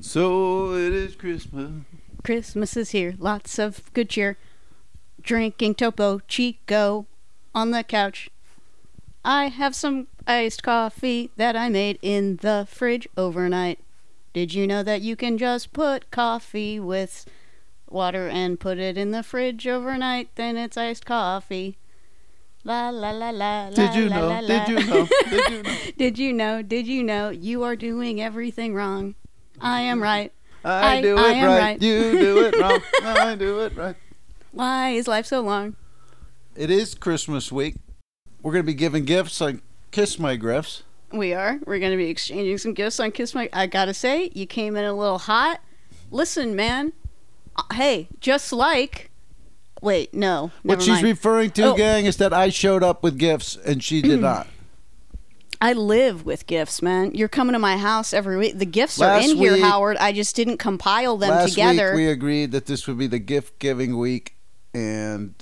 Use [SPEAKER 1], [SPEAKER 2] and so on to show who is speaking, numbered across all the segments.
[SPEAKER 1] So it is Christmas.
[SPEAKER 2] Christmas is here. Lots of good cheer. Drinking Topo Chico on the couch. I have some iced coffee that I made in the fridge overnight. Did you know that you can just put coffee with water and put it in the fridge overnight? Then it's iced coffee. La la la la.
[SPEAKER 1] Did you
[SPEAKER 2] la,
[SPEAKER 1] know?
[SPEAKER 2] La, la.
[SPEAKER 1] Did you know? Did you know?
[SPEAKER 2] Did you know? Did you know? You are doing everything wrong. I am right.
[SPEAKER 1] I,
[SPEAKER 2] I-
[SPEAKER 1] do it
[SPEAKER 2] I am
[SPEAKER 1] right.
[SPEAKER 2] right.
[SPEAKER 1] You do it wrong. I do it right.
[SPEAKER 2] Why is life so long?
[SPEAKER 1] It is Christmas week. We're going to be giving gifts like Kiss My Griffs.
[SPEAKER 2] We are. We're going to be exchanging some gifts on Kiss My. I gotta say, you came in a little hot. Listen, man. Uh, hey, just like. Wait, no.
[SPEAKER 1] What
[SPEAKER 2] Never
[SPEAKER 1] she's
[SPEAKER 2] mind.
[SPEAKER 1] referring to,
[SPEAKER 2] Oh.
[SPEAKER 1] gang, is that I showed up with gifts and she did not.
[SPEAKER 2] I live with gifts, man. You're coming to my house every week. The gifts
[SPEAKER 1] Last
[SPEAKER 2] are in here,
[SPEAKER 1] week-
[SPEAKER 2] Howard. I just didn't compile them
[SPEAKER 1] Last
[SPEAKER 2] together.
[SPEAKER 1] week we agreed that this would be the gift giving week, and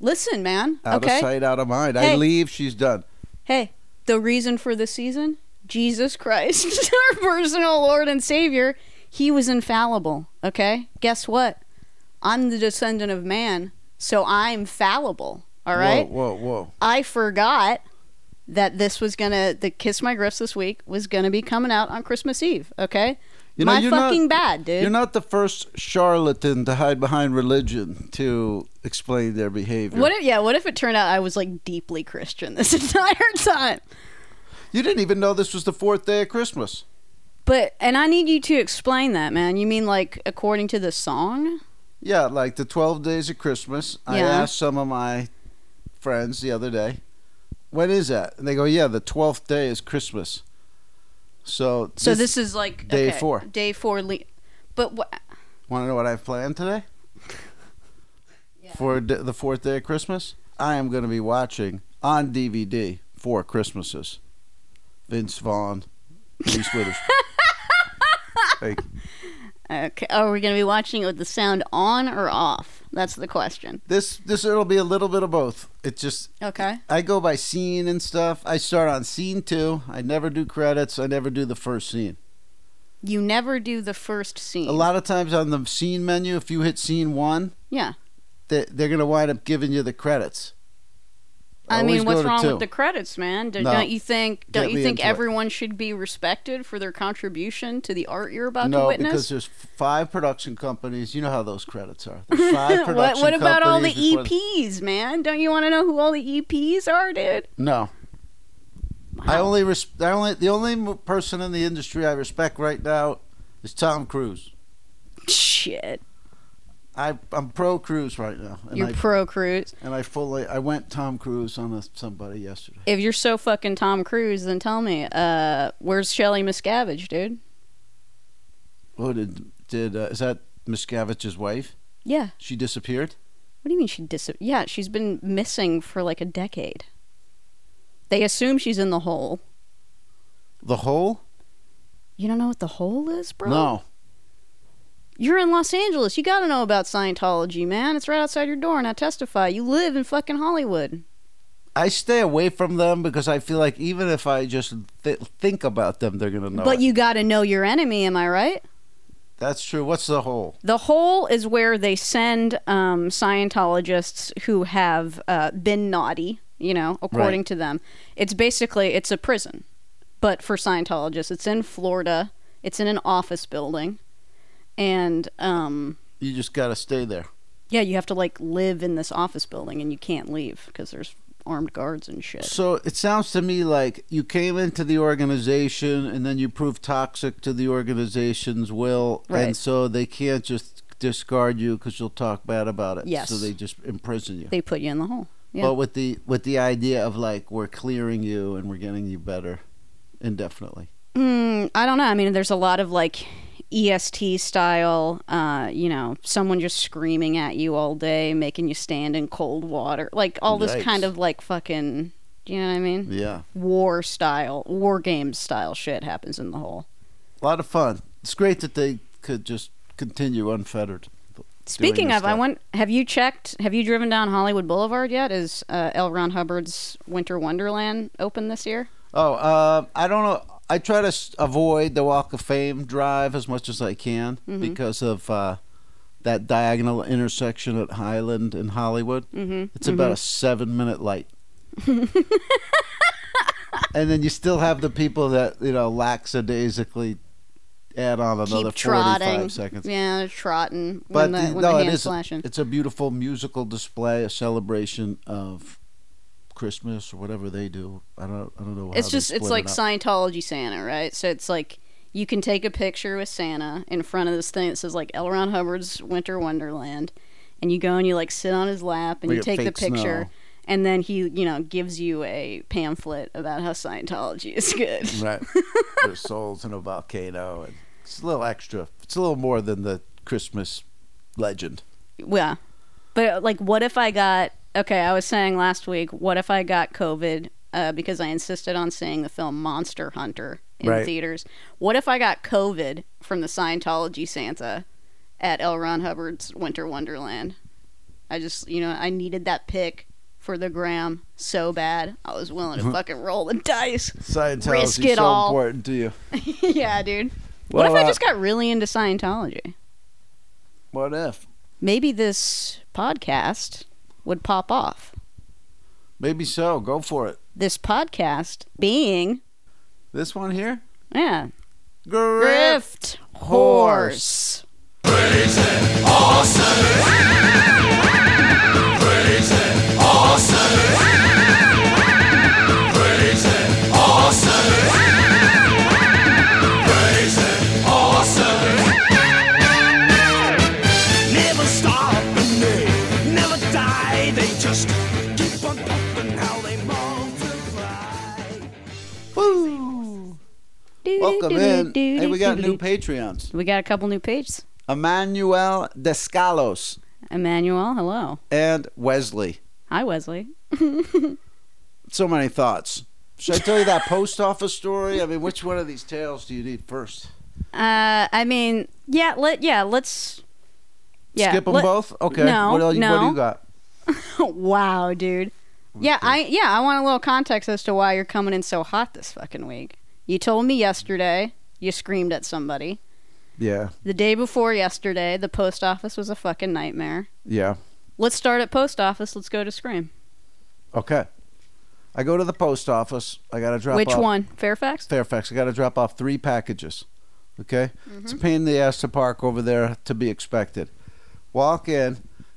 [SPEAKER 2] Listen, man.
[SPEAKER 1] out
[SPEAKER 2] okay.
[SPEAKER 1] of sight, out of mind. I
[SPEAKER 2] Hey.
[SPEAKER 1] leave, she's done.
[SPEAKER 2] Hey, the reason for the season? Jesus Christ, our personal Lord and Savior. He was infallible, okay? Guess what? I'm the descendant of man, so I'm fallible, all right?
[SPEAKER 1] Whoa, whoa,
[SPEAKER 2] I forgot that this was gonna, the Kiss My Griffs this week was gonna be coming out on Christmas Eve, okay?
[SPEAKER 1] You know,
[SPEAKER 2] My
[SPEAKER 1] you're
[SPEAKER 2] fucking
[SPEAKER 1] not-
[SPEAKER 2] bad,
[SPEAKER 1] whoa.
[SPEAKER 2] dude.
[SPEAKER 1] You're not the first charlatan to hide behind religion to explain their behavior.
[SPEAKER 2] what if, yeah, what if it turned out I was like deeply Christian this entire time?
[SPEAKER 1] you didn't even know this was the fourth day of Christmas.
[SPEAKER 2] But, and I need you to explain that, man. You mean like according to the song?
[SPEAKER 1] Yeah, like the 12 days of Christmas. I
[SPEAKER 2] Yeah.
[SPEAKER 1] asked some of my friends the other day, when is that? And they go, yeah, the 12th day is Christmas. So,
[SPEAKER 2] So this, is like
[SPEAKER 1] day
[SPEAKER 2] okay,
[SPEAKER 1] four.
[SPEAKER 2] Day four, le- but wha-
[SPEAKER 1] want to know what I have planned today? For d- the fourth day of Christmas? I am going to be watching on DVD Four Christmases. Vince Vaughn, Reese Witherspoon. like,
[SPEAKER 2] okay, are we gonna be watching it with the sound on or off? That's the question.
[SPEAKER 1] this, this, it'll be a little bit of both. It just,
[SPEAKER 2] Okay,
[SPEAKER 1] I go by scene and stuff. I start on scene two. I never do credits. I never do the first scene.
[SPEAKER 2] you never do the first scene.
[SPEAKER 1] A lot of times on the scene menu, if you hit scene one,
[SPEAKER 2] yeah.
[SPEAKER 1] they, they're going to wind up giving you the credits.
[SPEAKER 2] I mean,
[SPEAKER 1] always
[SPEAKER 2] what's
[SPEAKER 1] go to
[SPEAKER 2] wrong
[SPEAKER 1] two.
[SPEAKER 2] with the credits, man? Do,
[SPEAKER 1] No.
[SPEAKER 2] Don't you think? Don't
[SPEAKER 1] Get
[SPEAKER 2] you
[SPEAKER 1] me
[SPEAKER 2] think
[SPEAKER 1] into it.
[SPEAKER 2] everyone should be respected for their contribution to the art you're about
[SPEAKER 1] no,
[SPEAKER 2] to witness?
[SPEAKER 1] because there's five production companies. You know how those credits are. There's five production
[SPEAKER 2] what, what about all the E
[SPEAKER 1] companies before
[SPEAKER 2] EPs, man? Don't you want to know who all the EPs are, dude? Oh,
[SPEAKER 1] No, I
[SPEAKER 2] Wow.
[SPEAKER 1] only res- I only the only mo- person in the industry I respect right now is Tom Cruise.
[SPEAKER 2] Shit,
[SPEAKER 1] I I'm pro Cruise right now, and
[SPEAKER 2] you're
[SPEAKER 1] I
[SPEAKER 2] pro Cruise.
[SPEAKER 1] and I fully I went Tom Cruise on a, somebody yesterday.
[SPEAKER 2] if you're so fucking Tom Cruise, then tell me, uh, where's Shelley Miscavige, dude?
[SPEAKER 1] Oh, did did uh, is that Miscavige's wife?
[SPEAKER 2] Yeah.
[SPEAKER 1] She disappeared.
[SPEAKER 2] What do you mean she dis? Yeah, she's been missing for like a decade. They assume she's in the hole.
[SPEAKER 1] The hole?
[SPEAKER 2] You don't know what the hole is, bro?
[SPEAKER 1] No.
[SPEAKER 2] You're in Los Angeles. You gotta know about Scientology, man. It's right outside your door, and I testify. You live in fucking Hollywood.
[SPEAKER 1] I stay away from them because I feel like even if I just th- think about them, they're gonna know.
[SPEAKER 2] but
[SPEAKER 1] it.
[SPEAKER 2] you gotta know your enemy, am I right?
[SPEAKER 1] that's true. What's the hole?
[SPEAKER 2] The hole is where they send um, Scientologists who have uh, been naughty, you know, according to them. It's basically it's a prison, but for Scientologists. It's in Florida. It's in an office building, and um,
[SPEAKER 1] You just gotta stay there.
[SPEAKER 2] yeah, you have to like live in this office building, and you can't leave because there's armed guards and shit.
[SPEAKER 1] So it sounds to me like you came into the organization and then you proved toxic to the organization's will,
[SPEAKER 2] Right.
[SPEAKER 1] and so they can't just discard you because you'll talk bad about it.
[SPEAKER 2] Yes.
[SPEAKER 1] So they just imprison you.
[SPEAKER 2] They put you in the hole. Yeah.
[SPEAKER 1] but with the with the idea of like we're clearing you and we're getting you better indefinitely.
[SPEAKER 2] Mm, I don't know. I mean, there's a lot of like EST style, uh, you know, someone just screaming at you all day, making you stand in cold water, like all this
[SPEAKER 1] Yikes.
[SPEAKER 2] kind of like fucking, do you know what I mean?
[SPEAKER 1] Yeah,
[SPEAKER 2] War style, war game style shit happens in the hole.
[SPEAKER 1] a lot of fun. It's great that they could just continue unfettered.
[SPEAKER 2] Speaking
[SPEAKER 1] this
[SPEAKER 2] of, I
[SPEAKER 1] stuff.
[SPEAKER 2] want. Have you checked? Have you driven down Hollywood Boulevard yet? Is uh, L. Ron Hubbard's Winter Wonderland open this year?
[SPEAKER 1] Oh, uh, I don't know. I try to s- avoid the Walk of Fame drive as much as I can
[SPEAKER 2] Mhm.
[SPEAKER 1] because of uh, that diagonal intersection at Highland in Hollywood.
[SPEAKER 2] Mm-hmm.
[SPEAKER 1] It's about a seven minute light. and then you still have the people that, you know, lackadaisically add on another
[SPEAKER 2] Keep trotting.
[SPEAKER 1] 45 seconds.
[SPEAKER 2] Yeah, they're trotting
[SPEAKER 1] But
[SPEAKER 2] when the,
[SPEAKER 1] the-
[SPEAKER 2] when
[SPEAKER 1] no,
[SPEAKER 2] the
[SPEAKER 1] it
[SPEAKER 2] hand's
[SPEAKER 1] is-
[SPEAKER 2] flashing.
[SPEAKER 1] It's a beautiful musical display, a celebration of Christmas or whatever they do. I don't, I don't know.
[SPEAKER 2] It's
[SPEAKER 1] how they
[SPEAKER 2] just it's
[SPEAKER 1] split
[SPEAKER 2] like
[SPEAKER 1] it up.
[SPEAKER 2] Scientology Santa, right? So it's like you can take a picture with Santa in front of this thing that says like L. Ron Hubbard's Winter Wonderland, and you go and you like sit on his lap and
[SPEAKER 1] We
[SPEAKER 2] you
[SPEAKER 1] got
[SPEAKER 2] take the
[SPEAKER 1] fake snow.
[SPEAKER 2] picture, and then he you know gives you a pamphlet about how Scientology is good.
[SPEAKER 1] Right. Their souls in a volcano. And it's a little extra. It's a little more than the Christmas legend.
[SPEAKER 2] Yeah. But like what if I got okay, I was saying last week, what if I got COVID uh, because I insisted on seeing the film Monster Hunter in
[SPEAKER 1] Right.
[SPEAKER 2] theaters. What if I got COVID from the Scientology Santa at L. Ron Hubbard's Winter Wonderland? I just, you know, I needed that pick for the gram so bad. I was willing
[SPEAKER 1] Mm-hmm.
[SPEAKER 2] to fucking roll the dice.
[SPEAKER 1] Scientology
[SPEAKER 2] Risk
[SPEAKER 1] is
[SPEAKER 2] it
[SPEAKER 1] so
[SPEAKER 2] all.
[SPEAKER 1] important to you.
[SPEAKER 2] yeah, dude. what
[SPEAKER 1] Well,
[SPEAKER 2] if I
[SPEAKER 1] uh,
[SPEAKER 2] just got really into Scientology?
[SPEAKER 1] What if?
[SPEAKER 2] Maybe this podcast would pop off.
[SPEAKER 1] Maybe so. Go for it.
[SPEAKER 2] this podcast being
[SPEAKER 1] This one here?
[SPEAKER 2] yeah
[SPEAKER 1] Griff.
[SPEAKER 2] grift horse
[SPEAKER 1] Horse.
[SPEAKER 3] Never stop and they never die. They just keep on popping how they multiply.
[SPEAKER 1] Woo. Welcome in. Hey, we got new Patreons.
[SPEAKER 2] we got a couple new pages
[SPEAKER 1] Emmanuel Descalos
[SPEAKER 2] Emmanuel hello
[SPEAKER 1] and Wesley.
[SPEAKER 2] hi Wesley
[SPEAKER 1] So many thoughts. Should I tell you that post office story? I mean, which one of these tales do you need first?
[SPEAKER 2] uh I mean yeah let yeah let's yeah
[SPEAKER 1] Skip them
[SPEAKER 2] let-
[SPEAKER 1] both? Okay.
[SPEAKER 2] No,
[SPEAKER 1] what, else, what do
[SPEAKER 2] no.
[SPEAKER 1] you got?
[SPEAKER 2] wow dude yeah I yeah I want a little context as to why you're coming in so hot this fucking week you told me yesterday you screamed at somebody
[SPEAKER 1] Yeah.
[SPEAKER 2] the day before yesterday the post office was a fucking nightmare
[SPEAKER 1] Yeah.
[SPEAKER 2] Let's start at post office. Let's go to Scream.
[SPEAKER 1] Okay. I go to the post office. I got to drop
[SPEAKER 2] Which
[SPEAKER 1] off.
[SPEAKER 2] one? Fairfax?
[SPEAKER 1] Fairfax. I got to drop off three packages. Okay? It's a
[SPEAKER 2] Mm-hmm.
[SPEAKER 1] pain in the ass to park over there to be expected. Walk in.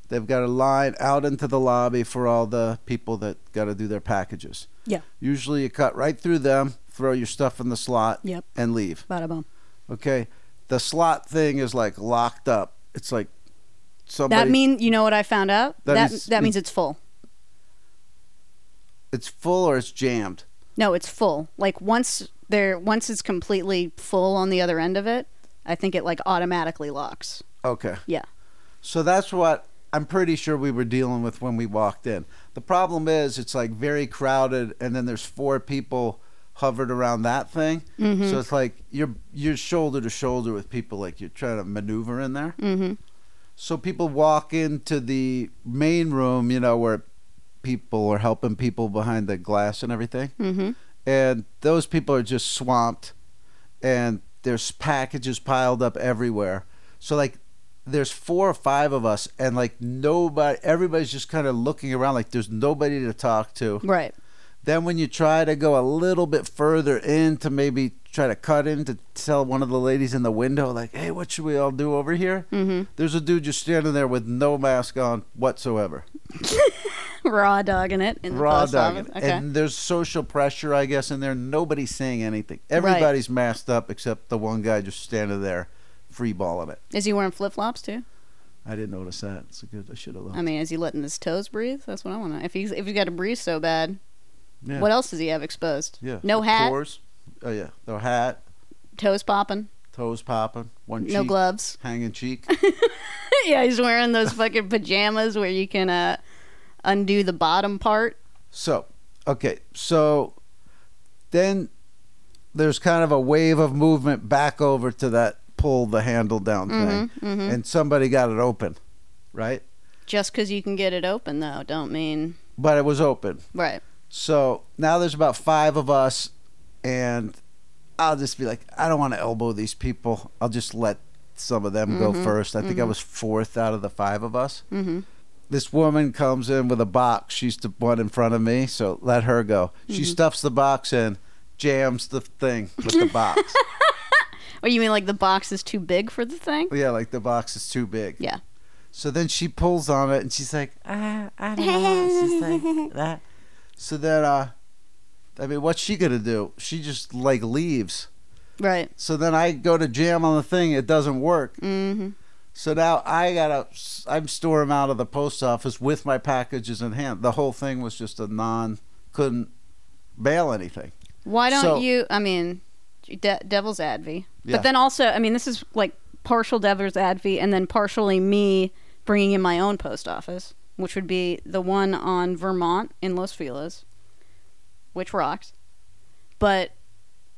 [SPEAKER 1] They've got a line out into the lobby for all the people that got to do their packages.
[SPEAKER 2] Yeah.
[SPEAKER 1] Usually you cut right through them, throw your stuff in the slot,
[SPEAKER 2] Yep.
[SPEAKER 1] and leave.
[SPEAKER 2] Bada bum.
[SPEAKER 1] Okay? The slot thing is like locked up. It's like somebody
[SPEAKER 2] That mean you know what I found out?
[SPEAKER 1] Oh, That
[SPEAKER 2] That that
[SPEAKER 1] means-
[SPEAKER 2] means, it's full.
[SPEAKER 1] it's full or it's jammed.
[SPEAKER 2] No, it's full. Like once there once it's completely full on the other end of it, I think it like automatically locks.
[SPEAKER 1] Okay.
[SPEAKER 2] Yeah.
[SPEAKER 1] So that's what I'm pretty sure we were dealing with when we walked in. The problem is it's like very crowded and then there's four people hovered around that thing. So it's like you're you're shoulder to shoulder with people like you're trying to maneuver in there.
[SPEAKER 2] Mm-hmm.
[SPEAKER 1] So people walk into the main room, you know, where people are helping people behind the glass and everything.
[SPEAKER 2] Mm-hmm.
[SPEAKER 1] And those people are just swamped and there's packages piled up everywhere. So like there's four or five of us and like nobody everybody's just kind of looking around like there's nobody to talk to.
[SPEAKER 2] Right.
[SPEAKER 1] Then when you try to go a little bit further in to maybe try to cut in to tell one of the ladies in the window like, "Hey, what should we all do over here?"
[SPEAKER 2] Mm-hmm.
[SPEAKER 1] There's a dude just standing there with no mask on whatsoever.
[SPEAKER 2] Raw dogging it in the
[SPEAKER 1] Raw
[SPEAKER 2] post
[SPEAKER 1] dogging.
[SPEAKER 2] office. Okay.
[SPEAKER 1] And there's social pressure, I guess, in there. Nobody's saying anything. Everybody's masked up except the one guy just standing there free balling it.
[SPEAKER 2] is he wearing flip flops too?
[SPEAKER 1] I didn't notice that. It's a good I should have looked.
[SPEAKER 2] I mean, is he letting his toes breathe? That's what I want to. If he's if he's got to breathe so bad,
[SPEAKER 1] yeah.
[SPEAKER 2] what else does he have exposed?
[SPEAKER 1] Yeah.
[SPEAKER 2] No
[SPEAKER 1] The
[SPEAKER 2] hat,
[SPEAKER 1] Pores. Oh yeah. No hat,
[SPEAKER 2] toes popping,
[SPEAKER 1] toes popping, one cheek
[SPEAKER 2] no gloves.
[SPEAKER 1] hanging cheek.
[SPEAKER 2] yeah, he's wearing those fucking pajamas where you can uh, undo the bottom part.
[SPEAKER 1] So, okay, so then there's kind of a wave of movement back over to that pull the handle down
[SPEAKER 2] Mm-hmm,
[SPEAKER 1] thing, and somebody got it open, right?
[SPEAKER 2] Just because you can get it open, though, don't mean
[SPEAKER 1] But it was open.
[SPEAKER 2] right.
[SPEAKER 1] So now there's about five of us, and I'll just be like, I don't want to elbow these people. I'll just let some of them go first. I think I was fourth out of the five of us.
[SPEAKER 2] Mm-hmm.
[SPEAKER 1] This woman comes in with a box. She's the one in front of me, so let her go. She stuffs the box in, jams the thing with the box.
[SPEAKER 2] Oh, you mean like the box is too big for the thing?
[SPEAKER 1] yeah, like the box is too big.
[SPEAKER 2] Yeah.
[SPEAKER 1] So then she pulls on it and she's like,
[SPEAKER 4] I, I don't know. It's just like that.
[SPEAKER 1] so then, uh, I mean, what's she gonna do? She just like leaves.
[SPEAKER 2] Right.
[SPEAKER 1] So then I go to jam on the thing. It doesn't work.
[SPEAKER 2] Mm-hmm.
[SPEAKER 1] So now I gotta, I'm storing out of the post office with my packages in hand. The whole thing was just a non, couldn't bail anything.
[SPEAKER 2] Why don't
[SPEAKER 1] So-
[SPEAKER 2] you? I mean, de- devil's advy.
[SPEAKER 1] Yeah.
[SPEAKER 2] But then also, I mean, this is like partial devil's advy, and then partially me bringing in my own post office, which would be the one on Vermont in Los Feliz, which rocks. But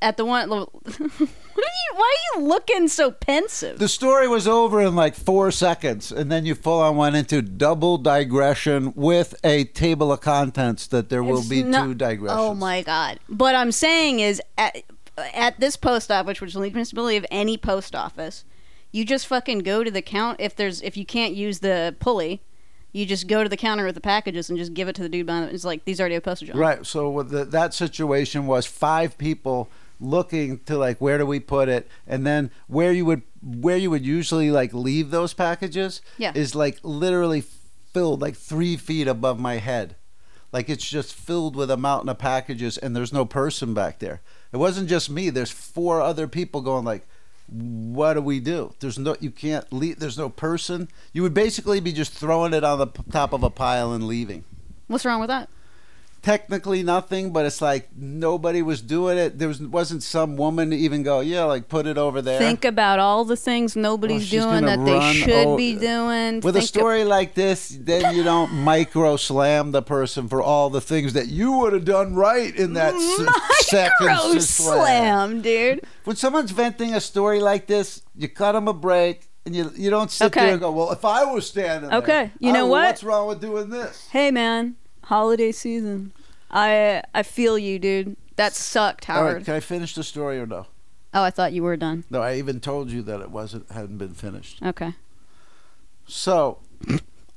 [SPEAKER 2] at the one, what are you? Why are you looking so pensive?
[SPEAKER 1] The story was over in like four seconds, and then you full on went into double digression with a table of contents that there will
[SPEAKER 2] It's
[SPEAKER 1] be
[SPEAKER 2] not-
[SPEAKER 1] two digressions.
[SPEAKER 2] Oh my god! But I'm saying is at, at this post office, which leads me to believe any post office, you just fucking go to the count if there's if you can't use the pulley, you just go to the counter with the packages and just give it to the dude behind it. It's like these already have postage on. it."
[SPEAKER 1] Right. So what the, that situation was five people looking to like where do we put it, and then where you would where you would usually like leave those packages
[SPEAKER 2] Yeah.
[SPEAKER 1] is like literally filled like three feet above my head. Like it's just filled with a mountain of packages, and there's no person back there. It wasn't just me. There's four other people going like, "What do we do?" There's no, you can't leave. There's no person. You would basically be just throwing it on the p- top of a pile and leaving
[SPEAKER 2] What's wrong with that?
[SPEAKER 1] technically nothing, but it's like nobody was doing it. There was wasn't some woman to even go, yeah, like put it over there.
[SPEAKER 2] Think about all the things
[SPEAKER 1] Oh,
[SPEAKER 2] nobody's
[SPEAKER 1] she's
[SPEAKER 2] doing
[SPEAKER 1] gonna
[SPEAKER 2] that they
[SPEAKER 1] run
[SPEAKER 2] should
[SPEAKER 1] o-
[SPEAKER 2] be doing.
[SPEAKER 1] With a
[SPEAKER 2] Think-
[SPEAKER 1] story like this, then you don't micro slam the person for all the things that you would have done right in that s- second
[SPEAKER 2] Micro
[SPEAKER 1] s-
[SPEAKER 2] slam, dude.
[SPEAKER 1] When someone's venting a story like this, you cut them a break. And you, you don't sit
[SPEAKER 2] Okay.
[SPEAKER 1] there and go, well, if I was standing there,
[SPEAKER 2] Okay, you
[SPEAKER 1] I
[SPEAKER 2] know
[SPEAKER 1] would-
[SPEAKER 2] what?
[SPEAKER 1] What's wrong with doing this?
[SPEAKER 2] Hey man, holiday season. I I feel you, dude. That sucked,
[SPEAKER 1] All
[SPEAKER 2] Howard.
[SPEAKER 1] right, can I finish the story or no?
[SPEAKER 2] Oh, I thought you were done.
[SPEAKER 1] No, I even told you that it wasn't hadn't been finished.
[SPEAKER 2] Okay.
[SPEAKER 1] So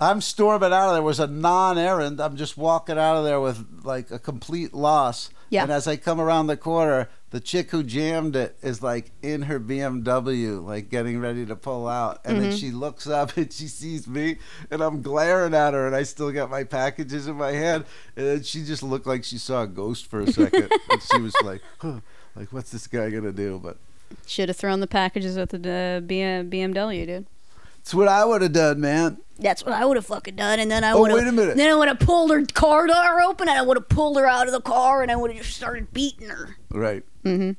[SPEAKER 1] I'm storming out of there. It was a non errand. I'm just walking out of there with like a complete loss.
[SPEAKER 2] Yeah.
[SPEAKER 1] And as I come around the corner, the chick who jammed it is like in her BMW, like getting ready to pull out. And then she looks up and she sees me and I'm glaring at her and I still got my packages in my hand. And then she just looked like she saw a ghost for a second. and she was like, huh, like, what's this guy going to do? But
[SPEAKER 2] Should have thrown the packages at the uh, BM- BMW, dude.
[SPEAKER 1] it's what I would have done, man.
[SPEAKER 2] That's what I would have fucking done, and then I
[SPEAKER 1] Oh,
[SPEAKER 2] would have.
[SPEAKER 1] wait a minute.
[SPEAKER 2] Then I would have pulled her car door open, and I would have pulled her out of the car, and I would have just started beating her.
[SPEAKER 1] Right.
[SPEAKER 2] Mm-hmm.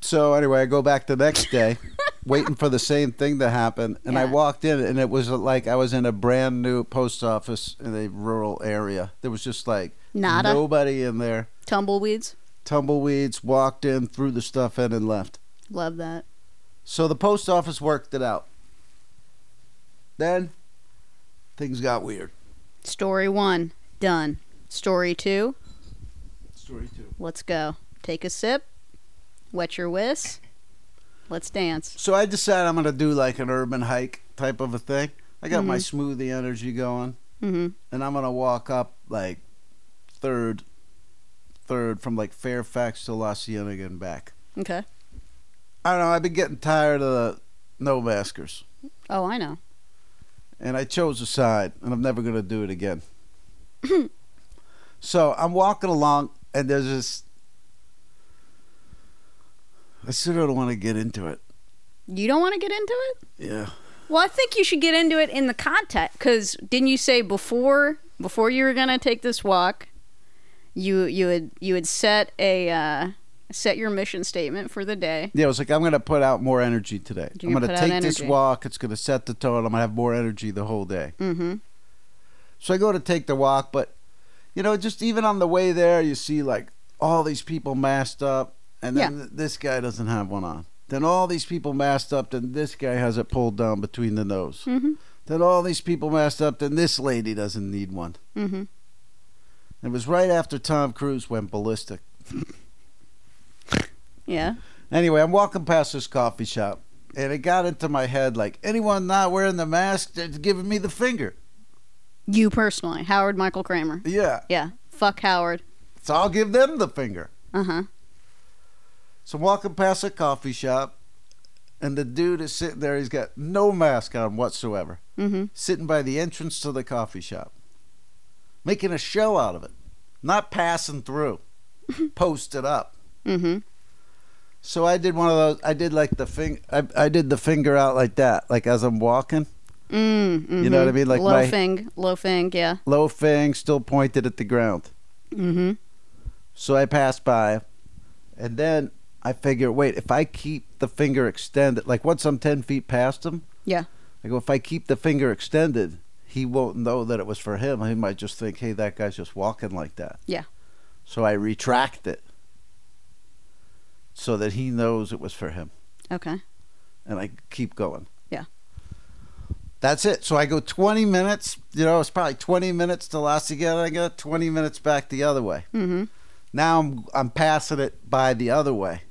[SPEAKER 1] so anyway, I go back the next day, waiting for the same thing to happen, and I
[SPEAKER 2] Yeah.
[SPEAKER 1] walked in, and it was uh, like I was in a brand new post office in a rural area. There was just like
[SPEAKER 2] Nada.
[SPEAKER 1] nobody in there.
[SPEAKER 2] Tumbleweeds.
[SPEAKER 1] Tumbleweeds walked in, threw the stuff in, and left.
[SPEAKER 2] Love that.
[SPEAKER 1] So the post office worked it out. Then things got weird.
[SPEAKER 2] Story one done. Story two.
[SPEAKER 1] Story two.
[SPEAKER 2] Let's go. Take a sip. Wet your whisk. Let's dance.
[SPEAKER 1] So I decided I'm gonna do like an urban hike type of a thing. I got my smoothie energy going.
[SPEAKER 2] Mm-hmm.
[SPEAKER 1] and I'm gonna walk up like third, third from like Fairfax to La Cienega and back.
[SPEAKER 2] Okay.
[SPEAKER 1] I don't know. I've been getting tired of the no maskers,
[SPEAKER 2] Oh, I know.
[SPEAKER 1] and I chose a side, and I'm never gonna do it again. so I'm walking along, and there's this. I still don't want to get into it.
[SPEAKER 2] You don't want to get into it.
[SPEAKER 1] Yeah.
[SPEAKER 2] Well, I think you should get into it in the context because didn't you say before before you were gonna take this walk, you you had you had set a uh, set your mission statement for the day.
[SPEAKER 1] Yeah, I was like, I'm gonna put out more energy today.
[SPEAKER 2] You're
[SPEAKER 1] I'm
[SPEAKER 2] gonna
[SPEAKER 1] gonna
[SPEAKER 2] put out
[SPEAKER 1] take this
[SPEAKER 2] energy.
[SPEAKER 1] walk. It's gonna set the tone. I'm gonna have more energy the whole day.
[SPEAKER 2] Mm-hmm.
[SPEAKER 1] So I go to take the walk, but you know, just even on the way there, you see like all these people masked up, and then th- this guy doesn't have one on. Then all these people masked up, then this guy has it pulled down between the nose.
[SPEAKER 2] Mhm.
[SPEAKER 1] Then all these people masked up, then this lady doesn't need one.
[SPEAKER 2] Mm-hmm.
[SPEAKER 1] It was right after Tom Cruise went ballistic.
[SPEAKER 2] Yeah.
[SPEAKER 1] Anyway, I'm walking past this coffee shop, and it got into my head like anyone not wearing the mask, they're giving me the finger.
[SPEAKER 2] You personally, Howard Michael Kramer.
[SPEAKER 1] Yeah,
[SPEAKER 2] Yeah. Fuck Howard.
[SPEAKER 1] so I'll give them the finger.
[SPEAKER 2] Uh huh.
[SPEAKER 1] So I'm walking past a coffee shop, and the dude is sitting there. He's got no mask on whatsoever,
[SPEAKER 2] Mm-hmm.
[SPEAKER 1] sitting by the entrance to the coffee shop, making a show out of it, not passing through, posted up.
[SPEAKER 2] Mm-hmm.
[SPEAKER 1] So I did one of those. I did like the fing. I, I did the finger out like that, like as I'm walking,
[SPEAKER 2] Mm, hmm
[SPEAKER 1] know what I mean? Like
[SPEAKER 2] low
[SPEAKER 1] my-
[SPEAKER 2] fing, low fing, yeah.
[SPEAKER 1] low fang still pointed at the ground.
[SPEAKER 2] Mm-hmm.
[SPEAKER 1] So I passed by, and then I figure, wait, if I keep the finger extended, like once I'm ten feet past him,
[SPEAKER 2] Yeah.
[SPEAKER 1] I go, if I keep the finger extended, he won't know that it was for him. He might just think, hey, that guy's just walking like that.
[SPEAKER 2] Yeah.
[SPEAKER 1] So I retract it, so that he knows it was for him.
[SPEAKER 2] Okay.
[SPEAKER 1] and I keep going.
[SPEAKER 2] Yeah.
[SPEAKER 1] That's it. So I go 20 minutes. You know, it's probably 20 minutes to Lasigeta. I go 20 minutes back the other way.
[SPEAKER 2] Mm-hmm.
[SPEAKER 1] Now I'm I'm passing it by the other way,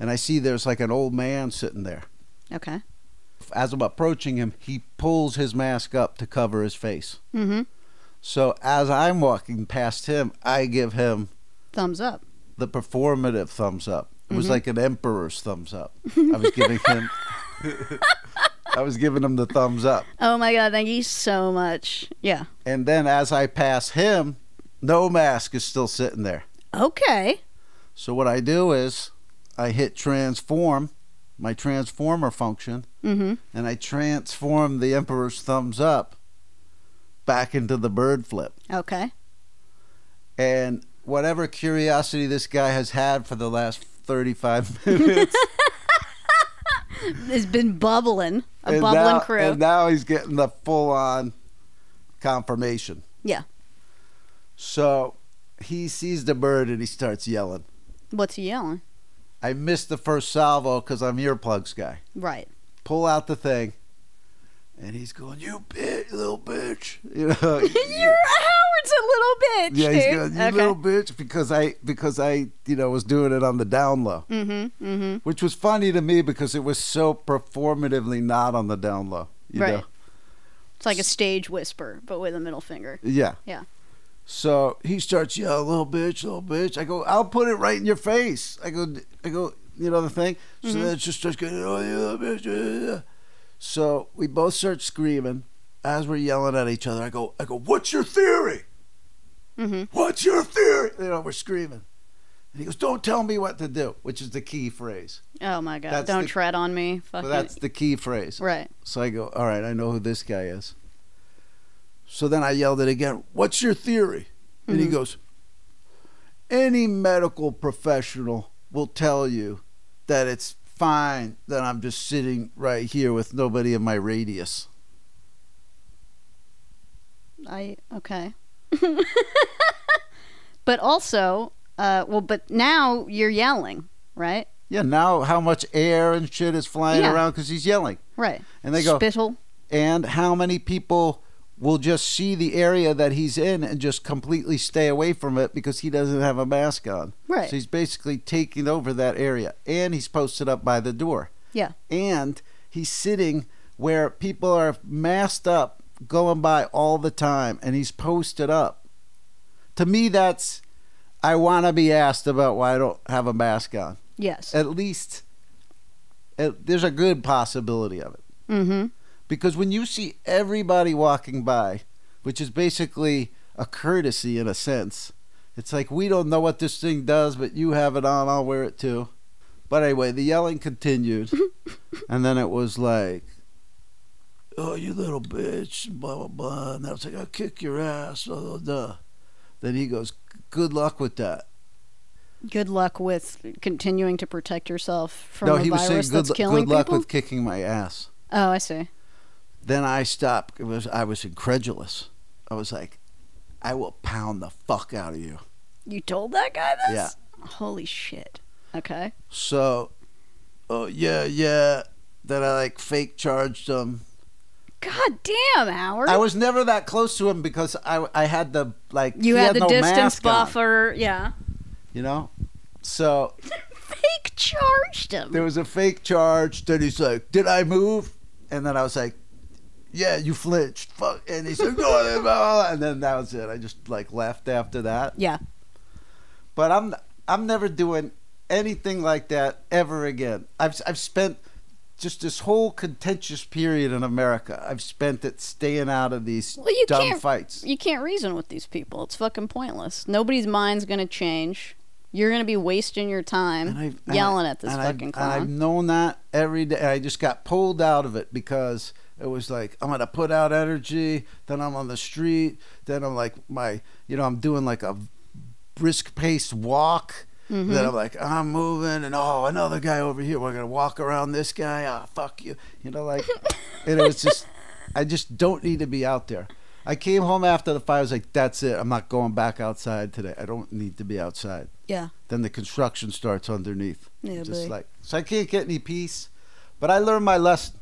[SPEAKER 1] and I see there's like an old man sitting there.
[SPEAKER 2] Okay.
[SPEAKER 1] As I'm approaching him, he pulls his mask up to cover his face.
[SPEAKER 2] Mm-hmm.
[SPEAKER 1] So as I'm walking past him, I give him
[SPEAKER 2] Thumbs up.
[SPEAKER 1] the performative thumbs up. It was like an emperor's thumbs up. I was giving him. I was giving him the thumbs up.
[SPEAKER 2] Oh my god, thank you so much. Yeah.
[SPEAKER 1] And then as I pass him, no mask is still sitting there.
[SPEAKER 2] Okay.
[SPEAKER 1] So what I do is I hit transform, my transformer function,
[SPEAKER 2] Mm-hmm.
[SPEAKER 1] and I transform the emperor's thumbs up back into the bird flip.
[SPEAKER 2] Okay.
[SPEAKER 1] And whatever curiosity this guy has had for the last 35 minutes,
[SPEAKER 2] It's been bubbling. A
[SPEAKER 1] and
[SPEAKER 2] bubbling
[SPEAKER 1] now,
[SPEAKER 2] crew.
[SPEAKER 1] And now he's getting the full on confirmation.
[SPEAKER 2] Yeah.
[SPEAKER 1] So he sees the bird and he starts yelling.
[SPEAKER 2] What's he yelling?
[SPEAKER 1] I missed the first salvo because I'm earplugs guy.
[SPEAKER 2] Right.
[SPEAKER 1] Pull out the thing, and he's going, "You bitch, little bitch," you know.
[SPEAKER 2] You're Howard's a little bitch.
[SPEAKER 1] yeah, he's
[SPEAKER 2] dude.
[SPEAKER 1] going, "You little bitch," because I because I you know was doing it on the down low,
[SPEAKER 2] Mm-hmm. Mm-hmm.
[SPEAKER 1] which was funny to me because it was so performatively not on the down low. You
[SPEAKER 2] Right.
[SPEAKER 1] Know?
[SPEAKER 2] It's like a stage whisper, but with a middle finger.
[SPEAKER 1] Yeah.
[SPEAKER 2] Yeah.
[SPEAKER 1] So he starts yelling, "Little bitch, little bitch." I go, "I'll put it right in your face." I go, "I go, you know the thing." So
[SPEAKER 2] Mm-hmm.
[SPEAKER 1] then it just starts going, "Oh yeah, little bitch." yeah, yeah." So we both start screaming as we're yelling at each other. I go, "I go, what's your theory?
[SPEAKER 2] Mm-hmm.
[SPEAKER 1] What's your theory?" You know, we're screaming, and he goes, "Don't tell me what to do," which is the key phrase.
[SPEAKER 2] Oh my god.
[SPEAKER 1] That's
[SPEAKER 2] Don't
[SPEAKER 1] the-
[SPEAKER 2] tread on me.
[SPEAKER 1] But
[SPEAKER 2] Fucking
[SPEAKER 1] that's the key phrase.
[SPEAKER 2] Right.
[SPEAKER 1] So I go, all right, I know who this guy is. So then I yelled it again. What's your theory? And
[SPEAKER 2] Mm-hmm.
[SPEAKER 1] he goes, any medical professional will tell you that it's fine that I'm just sitting right here with nobody in my radius.
[SPEAKER 2] I okay. but also, uh, well, but now you're yelling, right?
[SPEAKER 1] Yeah, now how much air and shit is flying
[SPEAKER 2] Yeah.
[SPEAKER 1] around because he's yelling.
[SPEAKER 2] Right.
[SPEAKER 1] And they go,
[SPEAKER 2] spittle.
[SPEAKER 1] and how many people will just see the area that he's in and just completely stay away from it because he doesn't have a mask on.
[SPEAKER 2] Right.
[SPEAKER 1] So he's basically taking over that area and he's posted up by the door.
[SPEAKER 2] Yeah.
[SPEAKER 1] And he's sitting where people are masked up going by all the time and he's posted up. To me that's I want to be asked about why I don't have a mask on.
[SPEAKER 2] Yes.
[SPEAKER 1] At least at, there's a good possibility of it
[SPEAKER 2] mm-hmm.
[SPEAKER 1] because when you see everybody walking by, which is basically a courtesy in a sense, it's like we don't know what this thing does, but you have it on, I'll wear it too. But anyway, the yelling continued, and then it was like, "Oh, you little bitch!" and Blah blah blah. And I was like, "I'll kick your ass!" Blah blah blah. Then he goes, "Good luck with that."
[SPEAKER 2] Good luck with continuing to protect yourself from
[SPEAKER 1] no,
[SPEAKER 2] a
[SPEAKER 1] he was saying,
[SPEAKER 2] virus
[SPEAKER 1] "Good,
[SPEAKER 2] that's
[SPEAKER 1] lu-
[SPEAKER 2] killing
[SPEAKER 1] good luck
[SPEAKER 2] people.
[SPEAKER 1] with kicking my ass."
[SPEAKER 2] oh, I see.
[SPEAKER 1] then I stopped. It was I was incredulous. I was like, I will pound the fuck out of you.
[SPEAKER 2] You told that guy this? Yeah. Holy shit. Okay.
[SPEAKER 1] So, oh yeah, yeah. Then I like fake charged him.
[SPEAKER 2] God damn, Howard.
[SPEAKER 1] I was never that close to him because I I had the like
[SPEAKER 2] you
[SPEAKER 1] he
[SPEAKER 2] had the
[SPEAKER 1] no
[SPEAKER 2] distance
[SPEAKER 1] mask on,
[SPEAKER 2] buffer. Yeah.
[SPEAKER 1] you know. So
[SPEAKER 2] fake charged him.
[SPEAKER 1] There was a fake charge. Then he's like, "Did I move?" And then I was like, "Yeah, you flinched." Fuck. And he said, "No," blah, blah, blah," and then that was it. I just like left after that.
[SPEAKER 2] Yeah.
[SPEAKER 1] But I'm I'm never doing anything like that ever again. I've I've spent just this whole contentious period in America. I've spent it staying out of these
[SPEAKER 2] Well, you
[SPEAKER 1] dumb
[SPEAKER 2] can't-
[SPEAKER 1] fights.
[SPEAKER 2] You can't reason with these people. It's fucking pointless. Nobody's mind's gonna change. You're gonna be wasting your
[SPEAKER 1] And
[SPEAKER 2] time
[SPEAKER 1] I've- and
[SPEAKER 2] yelling
[SPEAKER 1] I-
[SPEAKER 2] at this
[SPEAKER 1] and I've-
[SPEAKER 2] fucking
[SPEAKER 1] and
[SPEAKER 2] clown.
[SPEAKER 1] I've known that every day. I just got pulled out of it because it was like I'm gonna put out energy. Then I'm on the street. Then I'm like my, you know, I'm doing like a brisk paced walk.
[SPEAKER 2] Mm-hmm.
[SPEAKER 1] Then I'm like I'm moving, and oh, another guy over here. We're gonna walk around this guy. Ah, fuck you. You know, like, and it was just, I just don't need to be out there. I came home after the fire. I was like, that's it. I'm not going back outside today. I don't need to be outside
[SPEAKER 2] yeah.
[SPEAKER 1] then the construction starts underneath.
[SPEAKER 2] Yeah,
[SPEAKER 1] just
[SPEAKER 2] boy.
[SPEAKER 1] like so, I can't get any peace. But I learned my lesson.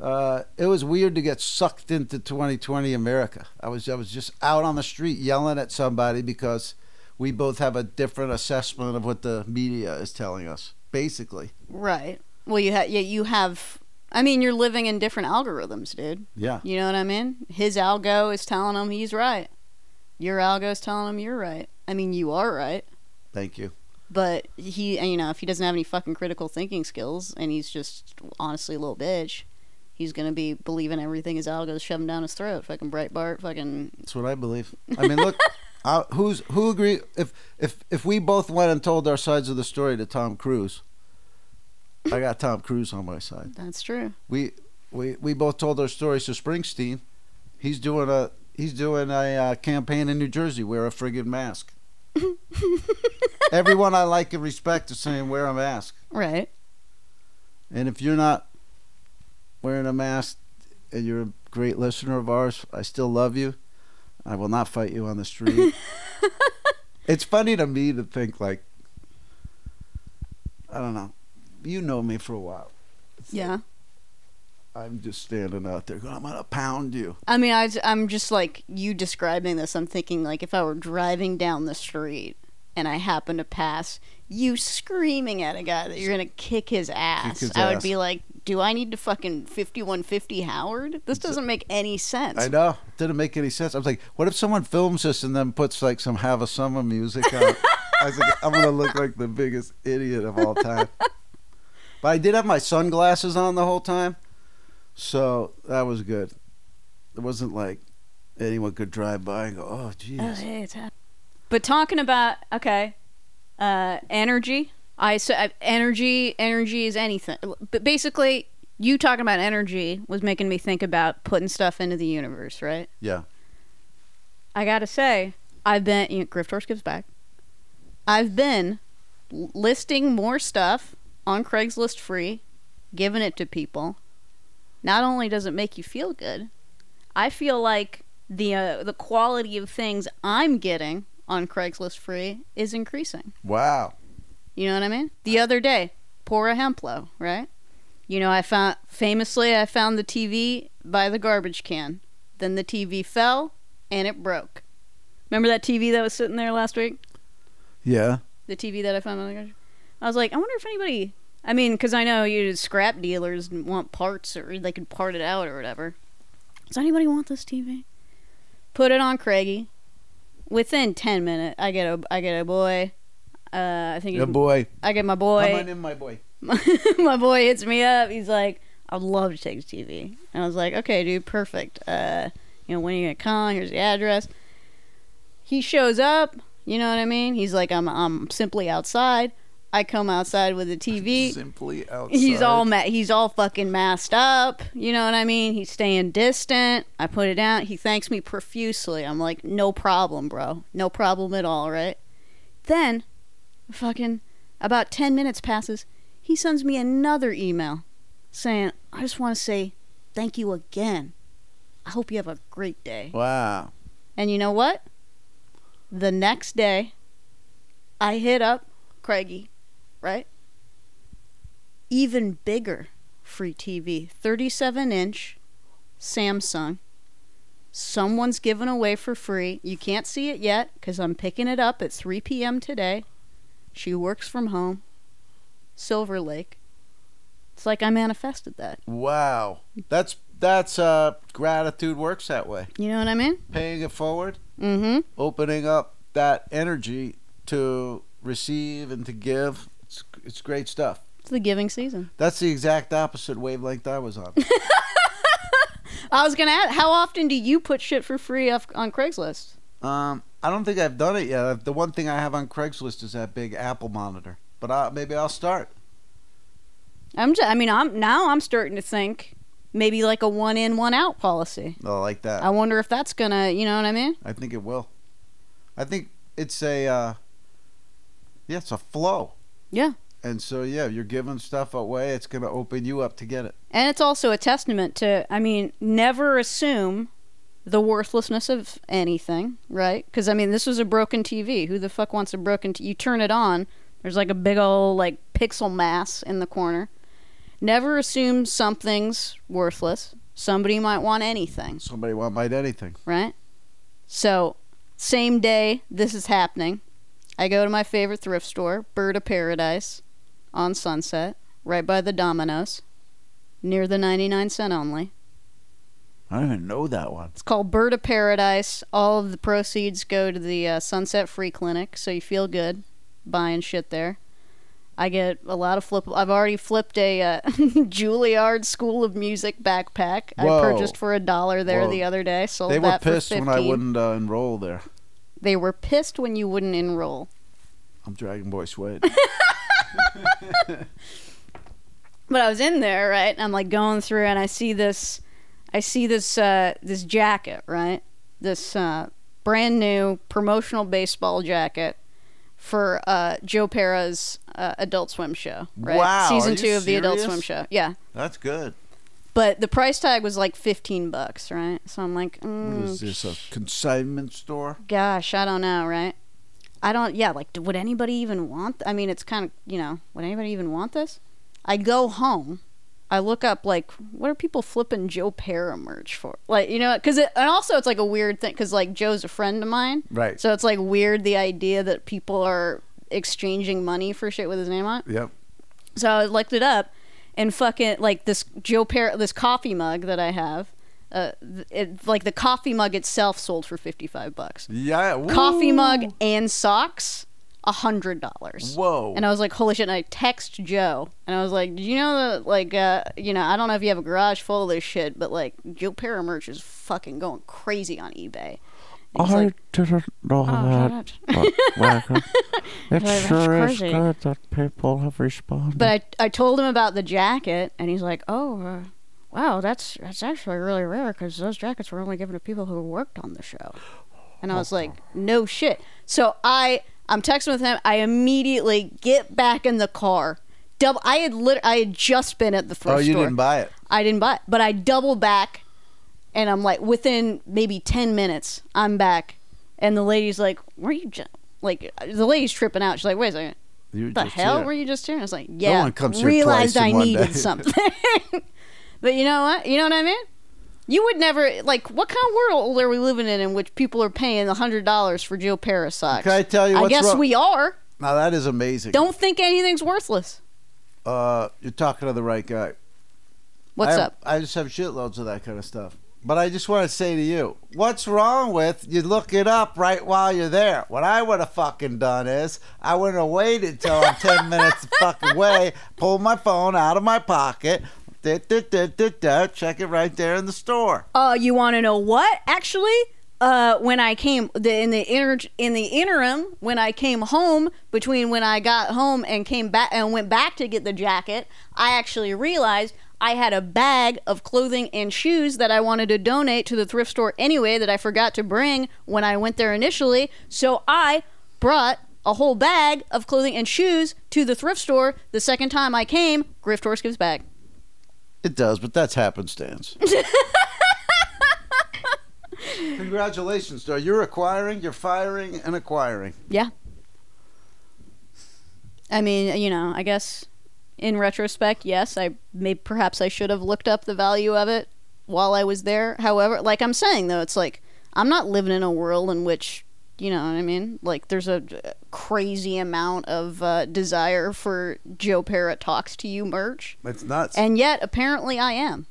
[SPEAKER 1] Uh, it was weird to get sucked into 2020 America. I was I was just out on the street yelling at somebody because we both have a different assessment of what the media is telling us. Basically,
[SPEAKER 2] Right. Well, you have. Yeah, you have. I mean, you're living in different algorithms, dude.
[SPEAKER 1] yeah.
[SPEAKER 2] You know what I mean? His algo is telling him he's right. Your algo is telling him you're right. I mean, you are right.
[SPEAKER 1] Thank you.
[SPEAKER 2] But he, and, you know, if he doesn't have any fucking critical thinking skills and he's just honestly a little bitch, he's going to be believing everything his algo's shoving down his throat. Fucking Breitbart, fucking.
[SPEAKER 1] That's what I believe. I mean, look, I, who's who agree if if if we both went and told our sides of the story to Tom Cruise, I got Tom Cruise on my side.
[SPEAKER 2] That's true.
[SPEAKER 1] we we we both told our stories to Springsteen. He's doing a he's doing a uh, campaign in New Jersey. Wear a friggin' mask. Everyone I like and respect is saying wear a mask.
[SPEAKER 2] Right.
[SPEAKER 1] And if you're not wearing a mask and you're a great listener of ours, I still love you. I will not fight you on the street. it's funny to me to think like I don't know. You know me for a while.
[SPEAKER 2] Yeah.
[SPEAKER 1] I'm just standing out there going, I'm gonna pound you.
[SPEAKER 2] I mean, I, am just like you describing this. I'm thinking like if I were driving down the street and I happen to pass you screaming at a guy that you're gonna kick his ass,
[SPEAKER 1] his
[SPEAKER 2] I would
[SPEAKER 1] ass.
[SPEAKER 2] be like, "Do I need to fucking 5150 Howard? This doesn't make any sense."
[SPEAKER 1] I know. Didn't make any sense. I was like, what if someone films this and then puts like some Have a Summer music on? I was like, I'm gonna look like the biggest idiot of all time. But I did have my sunglasses on the whole time, so that was good. It wasn't like anyone could drive by and go, "Oh,
[SPEAKER 2] Oh,
[SPEAKER 1] jeez."
[SPEAKER 2] hey, it's hap- But talking about okay, uh, energy. I so I- energy. Energy is anything. But basically, you talking about energy was making me think about putting stuff into the universe, right?
[SPEAKER 1] Yeah.
[SPEAKER 2] I gotta say, I've been. You know, Griff Torch gives back. I've been l- listing more stuff on Craigslist free, giving it to people. Not only does it make you feel good, I feel like the uh, the quality of things I'm getting on Craigslist free is increasing.
[SPEAKER 1] Wow.
[SPEAKER 2] You know what I mean? The other day, Pora Hemplo, right? You know, I found famously I found the TV by the garbage can. Then the TV fell and it broke. Remember that TV that was sitting there last week?
[SPEAKER 1] Yeah.
[SPEAKER 2] The TV that I found by the garbage. I was like, I wonder if anybody. I mean, because I know you scrap dealers and want parts or they could part it out or whatever. Does anybody want this TV? Put it on Craigie. Within ten minutes, I get a I get a boy. Uh, I think
[SPEAKER 1] Yeah,
[SPEAKER 2] his-
[SPEAKER 1] boy.
[SPEAKER 2] I get my boy
[SPEAKER 1] Come on in, my boy.
[SPEAKER 2] my boy hits me up. He's like, I'd love to take the TV. And I was like, okay, dude, perfect. Uh, you know, when are you gonna come? Here's the address. He shows up. You know what I mean? He's like, I'm, I'm simply outside. I come outside with the TV.
[SPEAKER 1] Simply outside.
[SPEAKER 2] He's all ma- he's all fucking masked up. You know what I mean? He's staying distant. I put it down. He thanks me profusely. I'm like, no problem, bro. No problem at all, right? Then, fucking, about ten minutes passes. He sends me another email, saying, "I just want to say thank you again. I hope you have a great day."
[SPEAKER 1] Wow.
[SPEAKER 2] And you know what? The next day, I hit up Craigie, right? Even bigger free TV, 37 inch Samsung. Someone's giving away for free. You can't see it yet because I'm picking it up at 3 p.m. today. She works from home. Silver Lake. It's like I manifested that.
[SPEAKER 1] Wow. That's that's uh gratitude works that way.
[SPEAKER 2] You know what I mean?
[SPEAKER 1] Paying it forward,
[SPEAKER 2] Mm-hmm.
[SPEAKER 1] opening up that energy to receive and to give. It's, it's great stuff.
[SPEAKER 2] It's the giving season.
[SPEAKER 1] That's the exact opposite wavelength I was on.
[SPEAKER 2] I was gonna ask, how often do you put shit for free off, on Craigslist?
[SPEAKER 1] um, I don't think I've done it yet. I've- The one thing I have on Craigslist is that big Apple monitor. But I, maybe I'll start.
[SPEAKER 2] I'm just, I mean, I'm now I'm starting to think maybe like a one in one out policy.
[SPEAKER 1] I like that.
[SPEAKER 2] I wonder if that's gonna, you know what I mean?
[SPEAKER 1] I think it will. I think it's a uh, yeah, it's a flow.
[SPEAKER 2] Yeah.
[SPEAKER 1] And so yeah, you're giving stuff away. It's gonna open you up to get it.
[SPEAKER 2] And it's also a testament to, I mean, never assume the worthlessness of anything, right? Because, I mean, this was a broken TV. Who the fuck wants a broken t You turn it on, there's like a big old, like, pixel mass in the corner. Never assume something's worthless. Somebody might want anything,
[SPEAKER 1] Somebody won't bite anything.
[SPEAKER 2] right? So, same day this is happening, I go to my favorite thrift store, Bird of Paradise, on Sunset, right by the Domino's, near the 99 cent only.
[SPEAKER 1] I don't even know that one.
[SPEAKER 2] It's called Bird of Paradise. All of the proceeds go to the uh, Sunset Free Clinic, so you feel good buying shit there. I get a lot of flip. I've already flipped a uh, Juilliard School of Music backpack.
[SPEAKER 1] Whoa.
[SPEAKER 2] I purchased for a dollar there
[SPEAKER 1] Whoa.
[SPEAKER 2] the other day. Sold
[SPEAKER 1] They were
[SPEAKER 2] that
[SPEAKER 1] pissed
[SPEAKER 2] for
[SPEAKER 1] when
[SPEAKER 2] 15.
[SPEAKER 1] I wouldn't uh, enroll there.
[SPEAKER 2] They were pissed when you wouldn't enroll.
[SPEAKER 1] I'm Dragon Boy Sweat.
[SPEAKER 2] but I was in there, right? And I'm like going through, and I see this, I see this, uh, this jacket, right? This uh, brand new promotional baseball jacket for uh, Joe Pera's uh, Adult Swim show, right?
[SPEAKER 1] Wow,
[SPEAKER 2] Season
[SPEAKER 1] are
[SPEAKER 2] two
[SPEAKER 1] you
[SPEAKER 2] of the Adult
[SPEAKER 1] serious?
[SPEAKER 2] Swim show, yeah.
[SPEAKER 1] That's good.
[SPEAKER 2] But the price tag was like fifteen bucks, right? So I'm like, mm,
[SPEAKER 1] What is this? A consignment store?
[SPEAKER 2] gosh, I don't know, right? I don't, yeah, like, d- would anybody even want? I mean, it's kind of, you know, would anybody even want this? I go home. I look up, like, what are people flipping Joe Para merch for? Like, you know, because it, and also it's like a weird thing, because, like, Joe's a friend of mine.
[SPEAKER 1] Right.
[SPEAKER 2] So it's, like, weird the idea that people are exchanging money for shit with his name on it.
[SPEAKER 1] Yep.
[SPEAKER 2] So I looked it up, and fucking like this Joe Par this coffee mug that I have, uh, th- it, like the coffee mug itself sold for fifty five bucks.
[SPEAKER 1] Yeah. woo.
[SPEAKER 2] Coffee mug and socks, a hundred dollars.
[SPEAKER 1] Whoa.
[SPEAKER 2] And I was like, holy shit! And I text Joe, and I was like, did you know that like uh, you know I don't know if you have a garage full of this shit, but like Joe Para merch is fucking going crazy on eBay. And he's like,
[SPEAKER 4] didn't know
[SPEAKER 2] oh, shut up.
[SPEAKER 4] Wagon. It
[SPEAKER 2] that's
[SPEAKER 4] sure is
[SPEAKER 2] crazy.
[SPEAKER 4] good that people have responded.
[SPEAKER 2] But I, I told him about the jacket, and he's like, "Oh, uh, wow, that's that's actually really rare because those jackets were only given to people who worked on the show." And I was like, "No shit." So I I'm texting with him. I immediately get back in the car. Double. I had lit- I had just been at the first.
[SPEAKER 1] oh, you
[SPEAKER 2] store.
[SPEAKER 1] didn't buy it.
[SPEAKER 2] I didn't buy, it. but I double back, and I'm like, within maybe ten minutes, I'm back, and the lady's like, "Were you just like?" The lady's tripping out. She's like, "Wait a second,
[SPEAKER 1] You were
[SPEAKER 2] the
[SPEAKER 1] just
[SPEAKER 2] hell
[SPEAKER 1] here.
[SPEAKER 2] were you just here? I was like, yeah.
[SPEAKER 1] one comes here
[SPEAKER 2] realized
[SPEAKER 1] twice in
[SPEAKER 2] I
[SPEAKER 1] one
[SPEAKER 2] needed
[SPEAKER 1] day.
[SPEAKER 2] something. but you know what? You know what I mean? You would never like. What kind of world are we living in in which people are paying the hundred dollars for Joe Para socks?
[SPEAKER 1] Can I tell you
[SPEAKER 2] I
[SPEAKER 1] what's
[SPEAKER 2] guess
[SPEAKER 1] wrong-
[SPEAKER 2] we are.
[SPEAKER 1] Now that is amazing.
[SPEAKER 2] Don't think anything's worthless.
[SPEAKER 1] Uh, you're talking to the right guy.
[SPEAKER 2] What's
[SPEAKER 1] I have-
[SPEAKER 2] up?
[SPEAKER 1] I just have shitloads of that kind of stuff. But I just want to say to you, what's wrong with you look it up right while you're there? What I would have fucking done is I would have waited till I'm 10 minutes fucking away, pull my phone out of my pocket, da, da, da, da, da, check it right there in the store.
[SPEAKER 2] Uh, you want to know what? Actually, uh, when I came the, in the inter, in the interim, when I came home between when I got home and came back and went back to get the jacket, I actually realized I had a bag of clothing and shoes that I wanted to donate to the thrift store anyway that I forgot to bring when I went there initially. So I brought a whole bag of clothing and shoes to the thrift store the second time I came. Grift horse gives back.
[SPEAKER 1] It does, but that's happenstance. Congratulations, though. You're acquiring, you're firing, and acquiring.
[SPEAKER 2] Yeah. I mean, you know, I guess in retrospect, yes, I may perhaps I should have looked up the value of it while I was there. However, like I'm saying though, it's like I'm not living in a world in which You know what I mean? Like, there's a uh, crazy amount of uh, desire for Joe Parra talks to you merch,
[SPEAKER 1] It's nuts.
[SPEAKER 2] and yet apparently I am.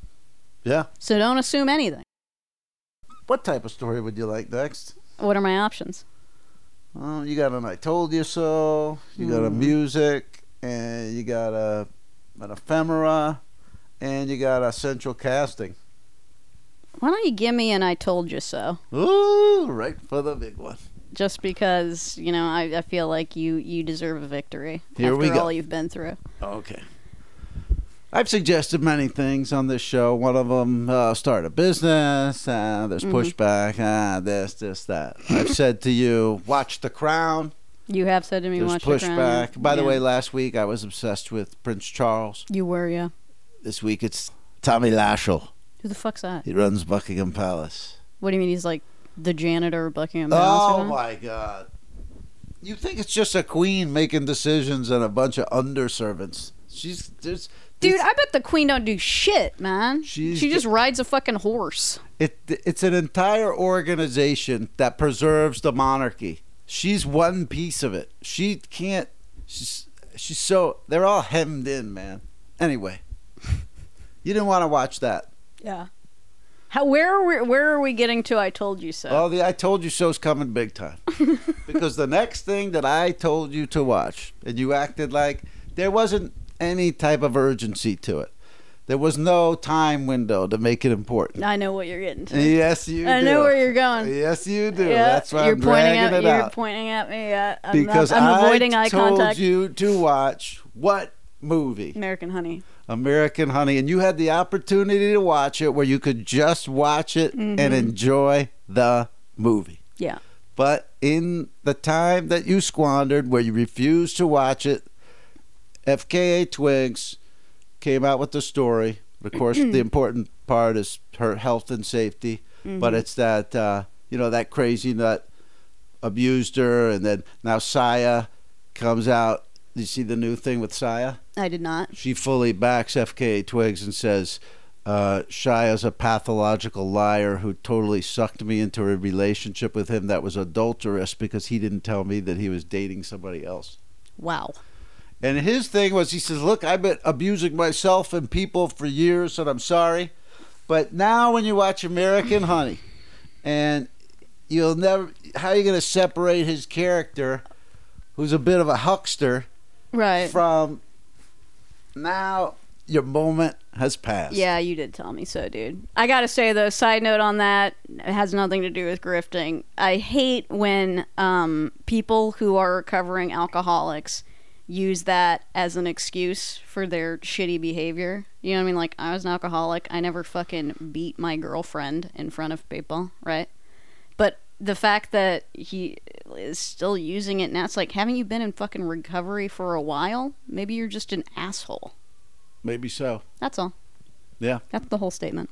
[SPEAKER 1] yeah.
[SPEAKER 2] So don't assume anything.
[SPEAKER 1] What type of story would you like next?
[SPEAKER 2] What are my options?
[SPEAKER 1] Um, you got an I told you so. You got
[SPEAKER 2] Mm-hmm.
[SPEAKER 1] a music, and you got a an ephemera, and you got a central casting.
[SPEAKER 2] Why don't you give me an I told you so?
[SPEAKER 1] Ooh, right for the big one.
[SPEAKER 2] Just because you know, I, I feel like you you deserve a victory
[SPEAKER 1] Here
[SPEAKER 2] after
[SPEAKER 1] we go.
[SPEAKER 2] all you've been through.
[SPEAKER 1] Okay. I've suggested many things on this show. One of them, uh, start a business. Uh, there's
[SPEAKER 2] Mm-hmm.
[SPEAKER 1] pushback. Ah, this, this, that. I've said to you, watch The Crown.
[SPEAKER 2] You have said to me,
[SPEAKER 1] There's
[SPEAKER 2] "Watch The Crown."
[SPEAKER 1] pushback. By the
[SPEAKER 2] Yeah.
[SPEAKER 1] way, last week I was obsessed with Prince Charles.
[SPEAKER 2] you were yeah.
[SPEAKER 1] This week it's Tommy Lashell.
[SPEAKER 2] Who the fuck's that?
[SPEAKER 1] He runs Buckingham Palace.
[SPEAKER 2] What do you mean? He's like the janitor of Buckingham Palace. or
[SPEAKER 1] Oh
[SPEAKER 2] something?
[SPEAKER 1] my God! You think it's just a queen making decisions and a bunch of underservants? She's there's
[SPEAKER 2] Dude,
[SPEAKER 1] it's-
[SPEAKER 2] I bet the queen don't do shit, man. She
[SPEAKER 1] She's
[SPEAKER 2] just rides a fucking horse.
[SPEAKER 1] It it's an entire organization that preserves the monarchy. She's one piece of it. She can't. She's she's so they're all hemmed in, man. Anyway, you didn't want to watch that.
[SPEAKER 2] Yeah. How, where are we? Where are we getting to? I told you so.
[SPEAKER 1] Oh, the I told you so's coming big time because the next thing that I told you to watch and you acted like there wasn't any type of urgency to it. There was no time window to make it important.
[SPEAKER 2] I know what you're getting to.
[SPEAKER 1] Yes, you.
[SPEAKER 2] I
[SPEAKER 1] do.
[SPEAKER 2] know where you're going.
[SPEAKER 1] Yes, you do.
[SPEAKER 2] Yeah,
[SPEAKER 1] That's why
[SPEAKER 2] you're
[SPEAKER 1] I'm
[SPEAKER 2] pointing
[SPEAKER 1] dragging it
[SPEAKER 2] at you're
[SPEAKER 1] out.
[SPEAKER 2] pointing at me. Yeah, I'm, not-
[SPEAKER 1] because
[SPEAKER 2] I'm avoiding
[SPEAKER 1] I
[SPEAKER 2] eye
[SPEAKER 1] told
[SPEAKER 2] contact.
[SPEAKER 1] you to watch what movie?
[SPEAKER 2] American Honey.
[SPEAKER 1] American Honey, and you had the opportunity to watch it where you could just watch it and enjoy the movie.
[SPEAKER 2] Yeah.
[SPEAKER 1] But in the time that you squandered, where you refused to watch it, FKA Twigs came out with the story. Of course, the important part is her health and safety, but it's that uh, you know that crazy nut abused her, and then now Saya comes out. You see the new thing with Saya?
[SPEAKER 2] I did not.
[SPEAKER 1] She fully backs FKA Twigs and says, uh, Shia's a pathological liar who totally sucked me into a relationship with him that was adulterous because he didn't tell me that he was dating somebody else.
[SPEAKER 2] Wow.
[SPEAKER 1] And his thing was, he says, Look, I've been abusing myself and people for years, and I'm sorry. But now when you watch American Honey, and you'll never, how are you going to separate his character, who's a bit of a huckster,
[SPEAKER 2] Right.
[SPEAKER 1] from now your moment has passed.
[SPEAKER 2] Yeah, you did tell me so, dude. I gotta say though, side note on that, it has nothing to do with grifting. I hate when um, people who are recovering alcoholics use that as an excuse for their shitty behavior. You know what I mean? Like I was an alcoholic. I never fucking beat my girlfriend in front of people, right? But the fact that he is still using it now, it's like, haven't you been in fucking recovery for a while? Maybe you're just an asshole.
[SPEAKER 1] Maybe so.
[SPEAKER 2] That's all.
[SPEAKER 1] Yeah.
[SPEAKER 2] That's the whole statement.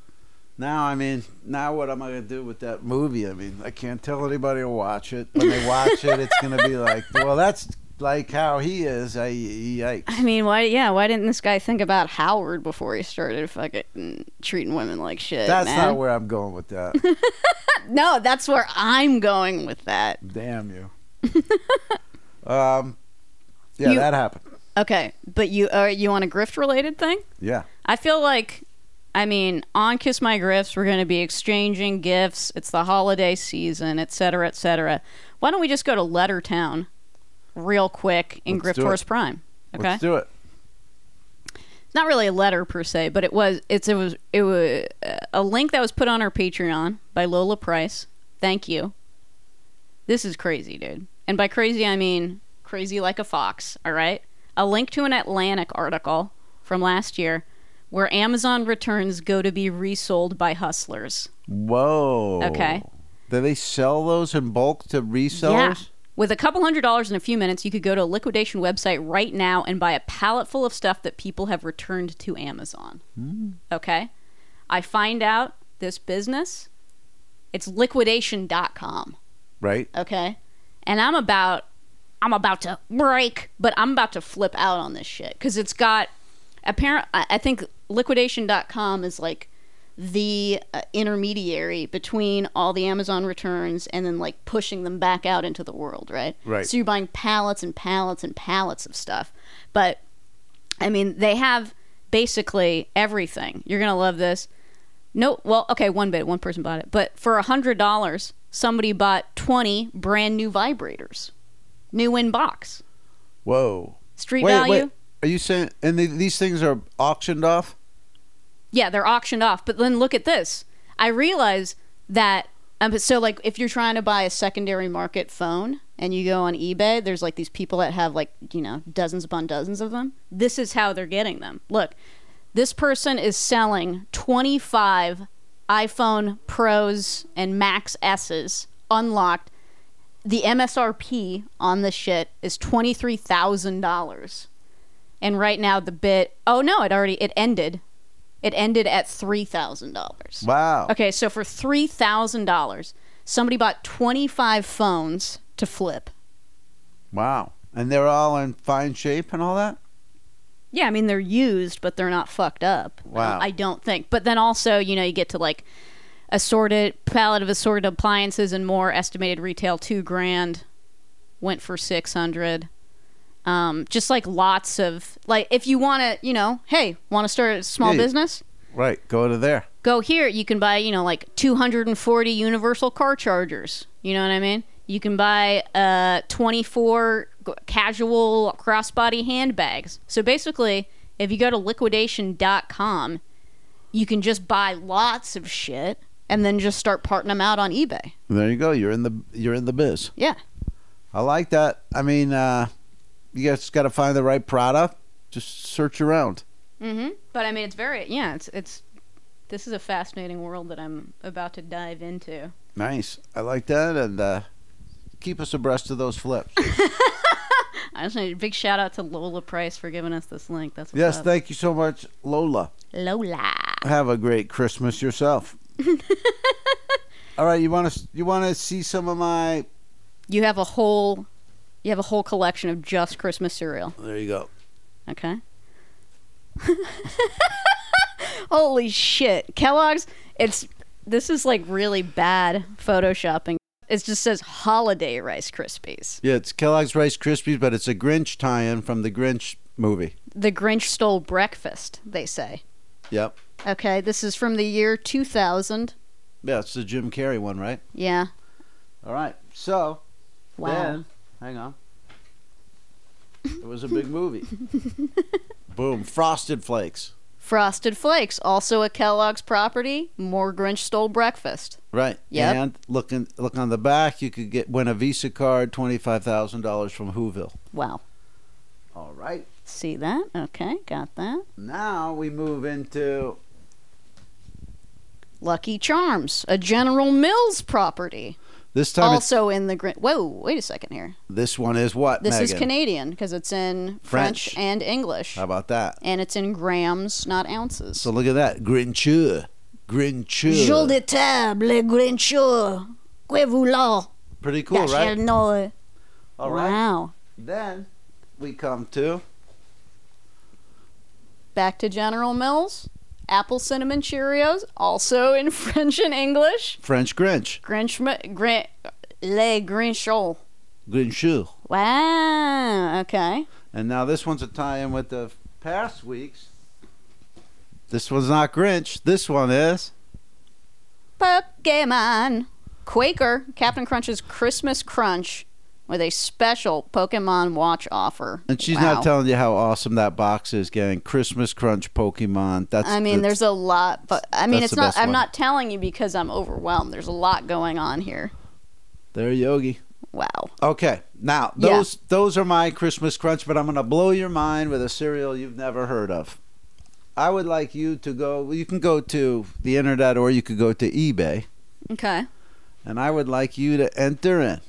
[SPEAKER 1] Now I mean, now what am I gonna do with that movie? I mean, I can't tell anybody to watch it. When they watch it, it's gonna be like, well, that's like how he is. I yikes.
[SPEAKER 2] I mean, why? Yeah, why didn't this guy think about Howard before he started fucking treating women like shit?
[SPEAKER 1] That's
[SPEAKER 2] man?
[SPEAKER 1] not where I'm going with that.
[SPEAKER 2] No, that's where I'm going with that.
[SPEAKER 1] Damn you. Um, yeah,
[SPEAKER 2] You-
[SPEAKER 1] that happened.
[SPEAKER 2] Okay, but you are you on a grift related thing?
[SPEAKER 1] Yeah.
[SPEAKER 2] I feel like, I mean, on Kiss My Grifts, we're going to be exchanging gifts. It's the holiday season, et cetera, et cetera. Why don't we just go to Lettertown, real quick, in
[SPEAKER 1] Let's do
[SPEAKER 2] Griftors
[SPEAKER 1] it.
[SPEAKER 2] Prime? Okay.
[SPEAKER 1] Let's do it.
[SPEAKER 2] not really a letter per se, but it was it's it was it was a link that was put on our Patreon by Lola Price. Thank you. This is crazy, dude. And by crazy, I mean crazy like a fox. All right. A link to an Atlantic article from last year, where Amazon returns go to be resold by hustlers
[SPEAKER 1] Whoa.
[SPEAKER 2] Okay.
[SPEAKER 1] Do they sell those in bulk to resellers?
[SPEAKER 2] With a couple hundred dollars in a few minutes, you could go to a liquidation website right now and buy a pallet full of stuff that people have returned to Amazon.
[SPEAKER 1] Hmm.
[SPEAKER 2] Okay? I find out this business. It's liquidation.com,
[SPEAKER 1] Right.
[SPEAKER 2] okay? And I'm about I'm about to break, but I'm about to flip out on this shit cuz it's got apparent I I think liquidation.com is like the uh, intermediary between all the Amazon returns and then like pushing them back out into the world, right?
[SPEAKER 1] Right.
[SPEAKER 2] So you're buying pallets and pallets and pallets of stuff. But I mean, they have basically everything. You're gonna love this. No, well, okay, one bit, one person bought it, but for a hundred dollars, somebody bought twenty brand new vibrators, new in box,
[SPEAKER 1] Whoa.
[SPEAKER 2] street value.
[SPEAKER 1] Are you saying? And the, these things are auctioned off.
[SPEAKER 2] yeah, they're auctioned off. But then look at this. I realize that. Um, so, like, if you're trying to buy a secondary market phone and you go on eBay, there's like these people that have like, you know, dozens upon dozens of them. This is how they're getting them. Look, this person is selling 25 iPhone Pros and Max S's unlocked. The MSRP on this shit is $23,000. And right now, the bid, oh no, it already, it ended. It ended at three thousand dollars.
[SPEAKER 1] Wow.
[SPEAKER 2] Okay, so for three thousand dollars, somebody bought twenty five phones to flip.
[SPEAKER 1] Wow. And they're all in fine shape and all that.
[SPEAKER 2] Yeah, I mean they're used, but they're not fucked up.
[SPEAKER 1] Wow.
[SPEAKER 2] I don't think. But then also, you know, you get to like assorted palette of assorted appliances and more. Estimated retail two grand. Went for six hundred. Um, just like lots of like, if you want to, you know, hey, want to start a small
[SPEAKER 1] Yeah.
[SPEAKER 2] business?
[SPEAKER 1] Right. Go to there.
[SPEAKER 2] go here you can buy you know like 240 universal car chargers you know what i mean you can buy uh 24 g- casual crossbody handbags so basically if you go to liquidation.com you can just buy lots of shit and then just start parting them out on ebay
[SPEAKER 1] There you go. You're in the you're in the biz.
[SPEAKER 2] yeah
[SPEAKER 1] I like that. I mean, uh, you guys got to find the right product. Just search around.
[SPEAKER 2] mm-hmm but i mean it's very yeah it's it's this is a fascinating world that i'm about to dive into
[SPEAKER 1] Nice. I like that. And uh, keep us abreast of those flips.
[SPEAKER 2] i just need a big shout out to lola price for giving us this link that's what's
[SPEAKER 1] yes.
[SPEAKER 2] up.
[SPEAKER 1] Thank you so much, Lola.
[SPEAKER 2] lola
[SPEAKER 1] Have a great Christmas yourself. All right, you want to you want to see some of my?
[SPEAKER 2] You have a whole you have a whole collection of just Christmas cereal.
[SPEAKER 1] There you go.
[SPEAKER 2] Okay. Holy shit. Kellogg's it's this is like really bad photoshopping. It just says holiday rice krispies.
[SPEAKER 1] Yeah, it's Kellogg's Rice Krispies, but it's a Grinch tie-in from the Grinch movie.
[SPEAKER 2] The Grinch stole breakfast, they say.
[SPEAKER 1] Yep.
[SPEAKER 2] Okay, this is from the year 2000.
[SPEAKER 1] Yeah, it's the Jim Carrey one, right?
[SPEAKER 2] Yeah.
[SPEAKER 1] All right. So
[SPEAKER 2] Wow.
[SPEAKER 1] then, hang on. It was a big movie. Boom! Frosted Flakes.
[SPEAKER 2] Frosted Flakes, also a Kellogg's property. More Grinch stole breakfast.
[SPEAKER 1] Right.
[SPEAKER 2] Yep.
[SPEAKER 1] And look in, look on the back. You could get win a Visa card, twenty five thousand dollars from Whoville.
[SPEAKER 2] Wow.
[SPEAKER 1] All right.
[SPEAKER 2] See that? Okay, got that.
[SPEAKER 1] Now we move into
[SPEAKER 2] Lucky Charms, a General Mills property,
[SPEAKER 1] this time. it's-
[SPEAKER 2] also in the Grin. Whoa, wait a second here.
[SPEAKER 1] this one is what?
[SPEAKER 2] This is
[SPEAKER 1] Megan?
[SPEAKER 2] Canadian because it's in French.
[SPEAKER 1] French.
[SPEAKER 2] and English,
[SPEAKER 1] How about that?
[SPEAKER 2] and it's in grams, not ounces.
[SPEAKER 1] So look at that, Grinchur, Grinchur.
[SPEAKER 2] Jour de table, Grinchur, que voulant,
[SPEAKER 1] Pretty cool, right?
[SPEAKER 2] know.
[SPEAKER 1] All right.
[SPEAKER 2] Wow.
[SPEAKER 1] Then we come to
[SPEAKER 2] Back to General Mills, apple cinnamon Cheerios, also in French and English.
[SPEAKER 1] French Grinch,
[SPEAKER 2] Grinch, Grinch, les Grinchol.
[SPEAKER 1] Grinchur.
[SPEAKER 2] Wow. Okay.
[SPEAKER 1] And now this one's a tie-in with the past weeks. This one's not Grinch. This one is.
[SPEAKER 2] Pokemon. Quaker, Captain Crunch's Christmas Crunch with a special Pokemon watch offer.
[SPEAKER 1] And she's
[SPEAKER 2] Wow.
[SPEAKER 1] not telling you how awesome that box is, gang. Christmas Crunch Pokemon. That's
[SPEAKER 2] I mean,
[SPEAKER 1] that's-
[SPEAKER 2] there's a lot, but I mean,
[SPEAKER 1] That's
[SPEAKER 2] it's
[SPEAKER 1] the
[SPEAKER 2] not.
[SPEAKER 1] best
[SPEAKER 2] I'm
[SPEAKER 1] one.
[SPEAKER 2] not telling you because I'm overwhelmed. There's a lot going on here.
[SPEAKER 1] there Yogi.
[SPEAKER 2] Wow.
[SPEAKER 1] Okay, now
[SPEAKER 2] Yeah.
[SPEAKER 1] those those are my Christmas Crunch, but I'm gonna blow your mind with a cereal you've never heard of. I would like you to go. well, You can go to the internet or you could go to eBay,
[SPEAKER 2] Okay.
[SPEAKER 1] and I would like you to enter in.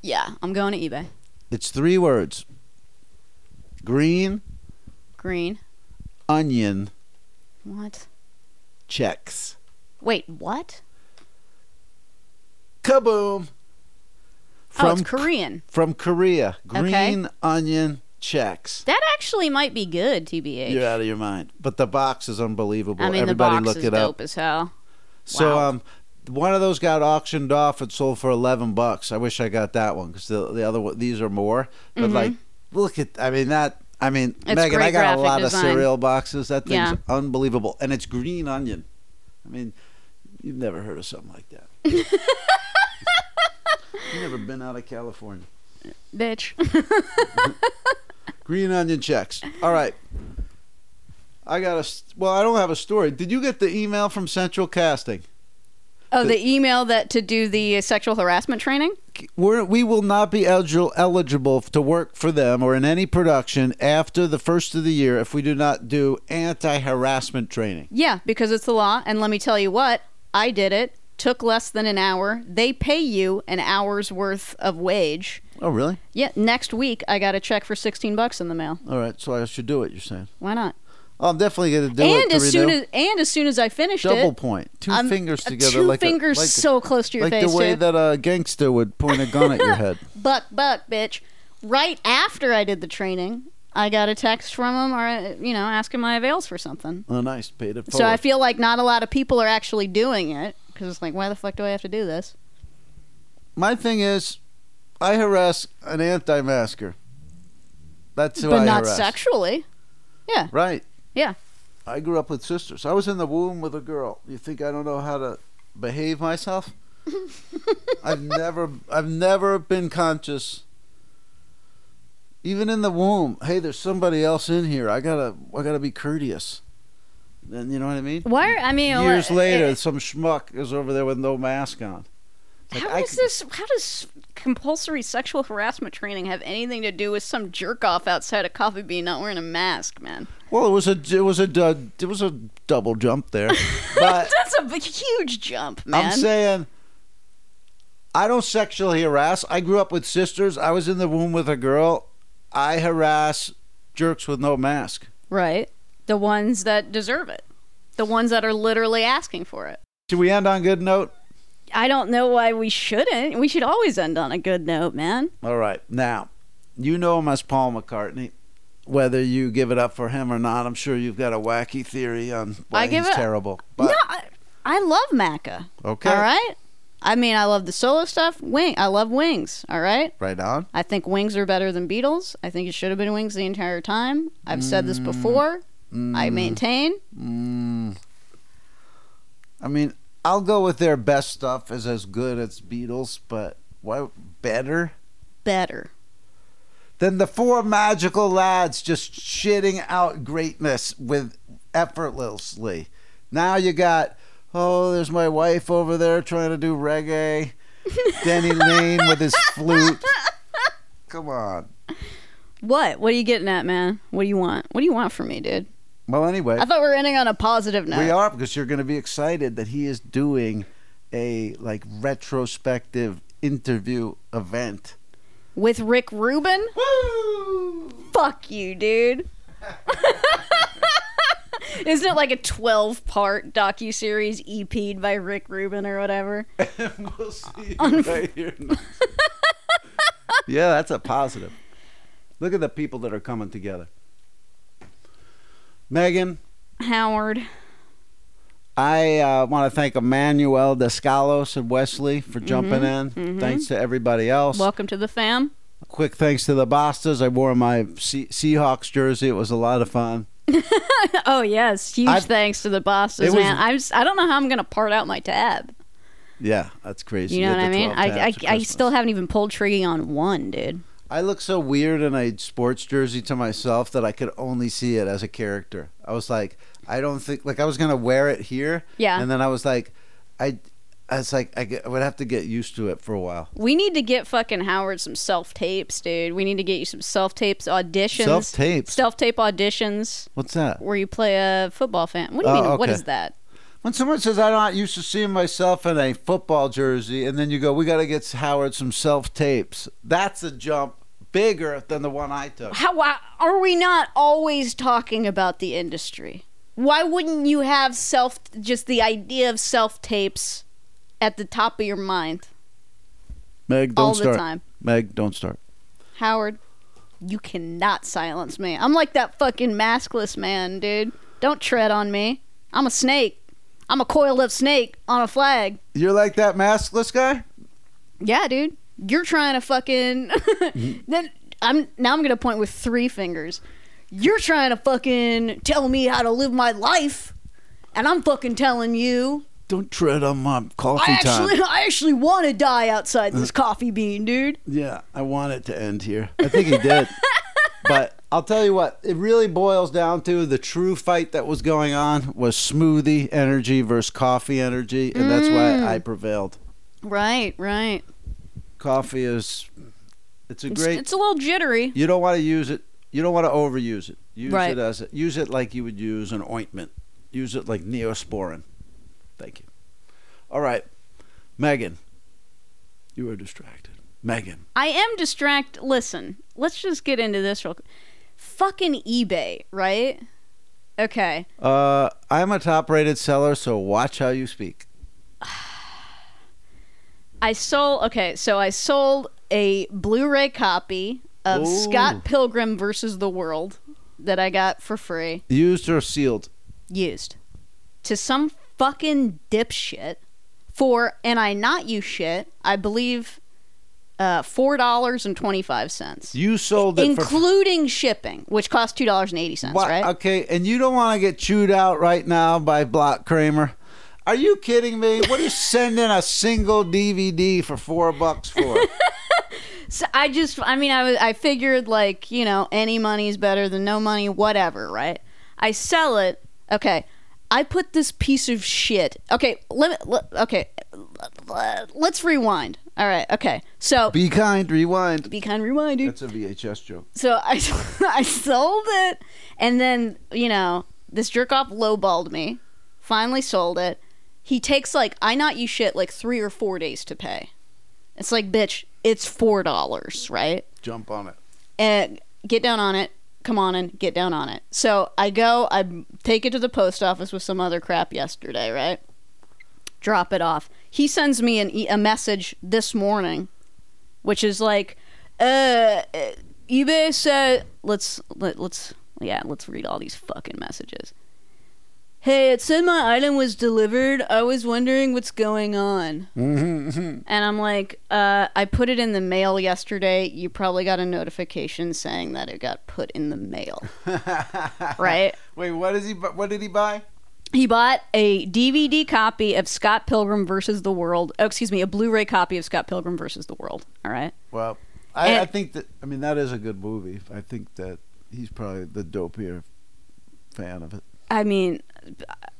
[SPEAKER 2] Yeah, I'm going to eBay.
[SPEAKER 1] It's three words: green
[SPEAKER 2] Green.
[SPEAKER 1] onion
[SPEAKER 2] What?
[SPEAKER 1] checks.
[SPEAKER 2] Wait, what?
[SPEAKER 1] Kaboom!
[SPEAKER 2] oh,
[SPEAKER 1] From
[SPEAKER 2] it's Korean.
[SPEAKER 1] from Korea,
[SPEAKER 2] Okay.
[SPEAKER 1] green onion checks.
[SPEAKER 2] That actually might be good, TBH.
[SPEAKER 1] You're out of your mind. But the box is unbelievable.
[SPEAKER 2] I mean,
[SPEAKER 1] Everybody
[SPEAKER 2] the box
[SPEAKER 1] look
[SPEAKER 2] is
[SPEAKER 1] it up.
[SPEAKER 2] dope as hell.
[SPEAKER 1] So
[SPEAKER 2] Wow.
[SPEAKER 1] um, one of those got auctioned off and sold for eleven bucks. I wish I got that one because the the other one, these are more. But like, look at I mean that I mean
[SPEAKER 2] Mm-hmm. It's
[SPEAKER 1] Megan,
[SPEAKER 2] great
[SPEAKER 1] I got a
[SPEAKER 2] graphic
[SPEAKER 1] lot
[SPEAKER 2] design.
[SPEAKER 1] of cereal boxes. That thing's
[SPEAKER 2] Yeah.
[SPEAKER 1] unbelievable, and it's green onion. I mean, you've never heard of something like that. you've never been out of California.
[SPEAKER 2] Bitch.
[SPEAKER 1] Green onion checks. All right. I got a s- well. I don't have a story. Did you get the email from Central Casting?
[SPEAKER 2] oh, the email that to do the sexual harassment training?
[SPEAKER 1] we're, we will not be eligible, eligible to work for them or in any production after the first of the year if we do not do anti harassment training.
[SPEAKER 2] Yeah, because it's the law. And let me tell you what, I did it. Took less than an hour. They pay you an hour's worth of wage.
[SPEAKER 1] Oh, really?
[SPEAKER 2] Yeah, next week I got a check for 16 bucks in the mail.
[SPEAKER 1] All right, so I should do it, you're saying.
[SPEAKER 2] Why not?
[SPEAKER 1] I'm definitely going to do it.
[SPEAKER 2] and
[SPEAKER 1] to
[SPEAKER 2] as soon
[SPEAKER 1] renew.
[SPEAKER 2] as and as soon as I finished
[SPEAKER 1] Double
[SPEAKER 2] it,
[SPEAKER 1] point. 2
[SPEAKER 2] I'm-
[SPEAKER 1] fingers
[SPEAKER 2] uh,
[SPEAKER 1] together.
[SPEAKER 2] Two
[SPEAKER 1] like a-
[SPEAKER 2] fingers
[SPEAKER 1] like a-
[SPEAKER 2] so close to your
[SPEAKER 1] Like
[SPEAKER 2] face.
[SPEAKER 1] the way
[SPEAKER 2] too.
[SPEAKER 1] that a gangster would point a gun at your head.
[SPEAKER 2] buck buck bitch right after i did the training i got a text from him or uh, you know asking my avails for something
[SPEAKER 1] Oh, nice. Paid it forward.
[SPEAKER 2] so i feel like not a lot of people are actually doing it because it's like why the fuck do i have to do this
[SPEAKER 1] My thing is, I harass an anti masker. That's who
[SPEAKER 2] but
[SPEAKER 1] I
[SPEAKER 2] not
[SPEAKER 1] harass.
[SPEAKER 2] sexually
[SPEAKER 1] Right.
[SPEAKER 2] Yeah.
[SPEAKER 1] I grew up with sisters. I was in the womb with a girl. You think I don't know how to behave myself? I've never I've never been conscious. Even in the womb, hey, there's somebody else in here. I gotta I gotta be courteous. Then you know what I mean?
[SPEAKER 2] why are, i mean
[SPEAKER 1] Years
[SPEAKER 2] uh,
[SPEAKER 1] later,
[SPEAKER 2] uh,
[SPEAKER 1] some schmuck is over there with no mask on. Like,
[SPEAKER 2] how
[SPEAKER 1] I
[SPEAKER 2] is
[SPEAKER 1] could-
[SPEAKER 2] this how does compulsory sexual harassment training have anything to do with some jerk off outside a coffee bean not wearing a mask man
[SPEAKER 1] Well, it was a it was a du- it was a double jump there, but
[SPEAKER 2] that's a big, huge jump man
[SPEAKER 1] I'm saying I don't sexually harass. I grew up with sisters. I was in the womb with a girl. I harass jerks with no mask.
[SPEAKER 2] right the ones that deserve it the ones that are literally asking for it
[SPEAKER 1] Should we end on good note?
[SPEAKER 2] I don't know why we shouldn't. We should always end on a good note, man.
[SPEAKER 1] All right. Now, you know him as Paul McCartney. Whether you give it up for him or not, I'm sure you've got a wacky theory on why
[SPEAKER 2] I give
[SPEAKER 1] he's
[SPEAKER 2] it-
[SPEAKER 1] terrible.
[SPEAKER 2] no,
[SPEAKER 1] But
[SPEAKER 2] I, I love Macca.
[SPEAKER 1] okay.
[SPEAKER 2] All right. I mean, I love the solo stuff. Wing, I love Wings. All right.
[SPEAKER 1] Right on.
[SPEAKER 2] I think Wings are better than Beatles. I think it should have been Wings the entire time. I've said this before. I maintain.
[SPEAKER 1] Mm. I mean, I'll go with their best stuff is as good as Beatles, but what better?
[SPEAKER 2] Better.
[SPEAKER 1] than the four magical lads just shitting out greatness with effortlessly. Now you got, oh, there's my wife over there trying to do reggae. Denny Lane with his flute. Come on.
[SPEAKER 2] What? What are you getting at, man? What do you want? What do you want from me, dude?
[SPEAKER 1] Well, anyway,
[SPEAKER 2] I thought we were ending on a positive note.
[SPEAKER 1] we are because you're going to be excited that he is doing a like retrospective interview event.
[SPEAKER 2] With Rick Rubin? Fuck you, dude. Isn't it like a 12 part docu series EP'd by Rick Rubin or whatever?
[SPEAKER 1] we'll see you right here. next- yeah, that's a positive. Look at the people that are coming together. Megan,
[SPEAKER 2] Howard.
[SPEAKER 1] I uh, want to thank Emmanuel Descalos and Wesley
[SPEAKER 2] Mm-hmm,
[SPEAKER 1] for jumping in. Thanks to everybody else.
[SPEAKER 2] Welcome to the fam.
[SPEAKER 1] Quick thanks to the Bostas. I wore my Se- Seahawks jersey. It was a lot of fun.
[SPEAKER 2] Oh, yes. Huge
[SPEAKER 1] I've-
[SPEAKER 2] thanks to the
[SPEAKER 1] It
[SPEAKER 2] bosses,
[SPEAKER 1] was-
[SPEAKER 2] man. I'm, s- I don't know how I'm going to part out my tab.
[SPEAKER 1] Yeah, that's crazy.
[SPEAKER 2] You know
[SPEAKER 1] Get
[SPEAKER 2] what I
[SPEAKER 1] the
[SPEAKER 2] mean?
[SPEAKER 1] 12
[SPEAKER 2] I, I,
[SPEAKER 1] tabs for
[SPEAKER 2] I
[SPEAKER 1] Christmas.
[SPEAKER 2] still haven't even pulled triggy on one, dude.
[SPEAKER 1] I look so weird in a sports jersey to myself that I could only see it as a character. I was like, I don't think like I was gonna wear it here.
[SPEAKER 2] Yeah.
[SPEAKER 1] And then I was like, I, I was like, I, get- I would have to get used to it for a while.
[SPEAKER 2] We need to get fucking Howard some self tapes, dude. We need to get you some self tapes, auditions.
[SPEAKER 1] Self tapes.
[SPEAKER 2] Self tape auditions.
[SPEAKER 1] What's that?
[SPEAKER 2] where you play a football fan. What do you
[SPEAKER 1] Oh,
[SPEAKER 2] mean? What
[SPEAKER 1] okay.
[SPEAKER 2] is that?
[SPEAKER 1] When someone says I'm not used to seeing myself in a football jersey, and then you go, we gotta get Howard some self tapes. That's a jump bigger than the one I took.
[SPEAKER 2] How why, are we not always talking about the industry? Why wouldn't you have self just the idea of self tapes at the top of your mind
[SPEAKER 1] Meg, don't
[SPEAKER 2] all
[SPEAKER 1] start.
[SPEAKER 2] the time?
[SPEAKER 1] Meg, don't start.
[SPEAKER 2] Howard, You cannot silence me. I'm like that fucking maskless man, dude. Don't tread on me. I'm a snake. I'm a coiled up snake on a flag.
[SPEAKER 1] You're like that maskless guy?
[SPEAKER 2] Yeah, dude. You're trying to fucking then I'm now I'm gonna point with three fingers. You're trying to fucking tell me how to live my life, and I'm fucking telling you
[SPEAKER 1] Don't tread on my coffee
[SPEAKER 2] I
[SPEAKER 1] time.
[SPEAKER 2] actually I actually want to die outside this coffee bean, dude.
[SPEAKER 1] Yeah, I want it to end here. I think he did. but I'll tell you what, it really boils down to the true fight that was going on was smoothie energy versus coffee energy, and that's
[SPEAKER 2] Mm.
[SPEAKER 1] why I prevailed.
[SPEAKER 2] Right, right.
[SPEAKER 1] Coffee is it's a
[SPEAKER 2] It's,
[SPEAKER 1] great
[SPEAKER 2] it's a little jittery.
[SPEAKER 1] you don't want to use it. You don't want to overuse it. Use
[SPEAKER 2] Right.
[SPEAKER 1] it as use it like you would use an ointment. Use it like Neosporin. Thank you. All right. Megan. You were distracted. Megan.
[SPEAKER 2] I am distract. Listen, let's just get into this real quick. Fucking eBay, right? Okay.
[SPEAKER 1] Uh, I'm a top rated seller, so watch how you speak.
[SPEAKER 2] I sold. Okay, so I sold a Blu-ray copy of
[SPEAKER 1] Ooh.
[SPEAKER 2] Scott Pilgrim versus the World that I got for free,
[SPEAKER 1] Used or sealed?
[SPEAKER 2] used to some fucking dipshit for, and I not you shit. I believe uh, four dollars and twenty-five cents,
[SPEAKER 1] You sold it for.
[SPEAKER 2] including shipping, which cost two dollars and eighty cents.
[SPEAKER 1] Why-
[SPEAKER 2] Right?
[SPEAKER 1] Okay, and you don't want to get chewed out right now by Block Kramer. Are you kidding me? What are you sending a single DVD for four bucks for?
[SPEAKER 2] So I just, I mean, I was, I figured like, you know, any money's better than no money, whatever, right? I sell it. Okay. I put this piece of shit. Okay, let me. Let, okay, let's rewind. All right. Okay. So be,
[SPEAKER 1] Be kind, rewind.
[SPEAKER 2] kind, rewind, dude.
[SPEAKER 1] That's a VHS joke.
[SPEAKER 2] So I, I sold it, and then you know this jerk off lowballed me. Finally sold it. He takes like I not you shit like three or four days to pay. It's like bitch, it's four dollars, right?
[SPEAKER 1] Jump on it.
[SPEAKER 2] and get down on it. Come on and get down on it. So I go, I take it to the post office with some other crap yesterday, right? Drop it off. He sends me an e- a message this morning, which is like, uh, uh, eBay said, let's let, let's yeah, let's read all these fucking messages. Hey, it said my item was delivered. I was wondering what's going on. And I'm like, uh, I put it in the mail yesterday. You probably got a notification saying that it got put in the mail. right?
[SPEAKER 1] Wait, what is he? bu- What did he buy?
[SPEAKER 2] He bought a DVD copy of Scott Pilgrim versus the World. Oh, excuse me, a Blu ray copy of Scott Pilgrim versus the World. All right.
[SPEAKER 1] Well, I, I
[SPEAKER 2] And-
[SPEAKER 1] think that. I mean, that is a good movie. I think that he's probably the dopier fan of it.
[SPEAKER 2] I mean,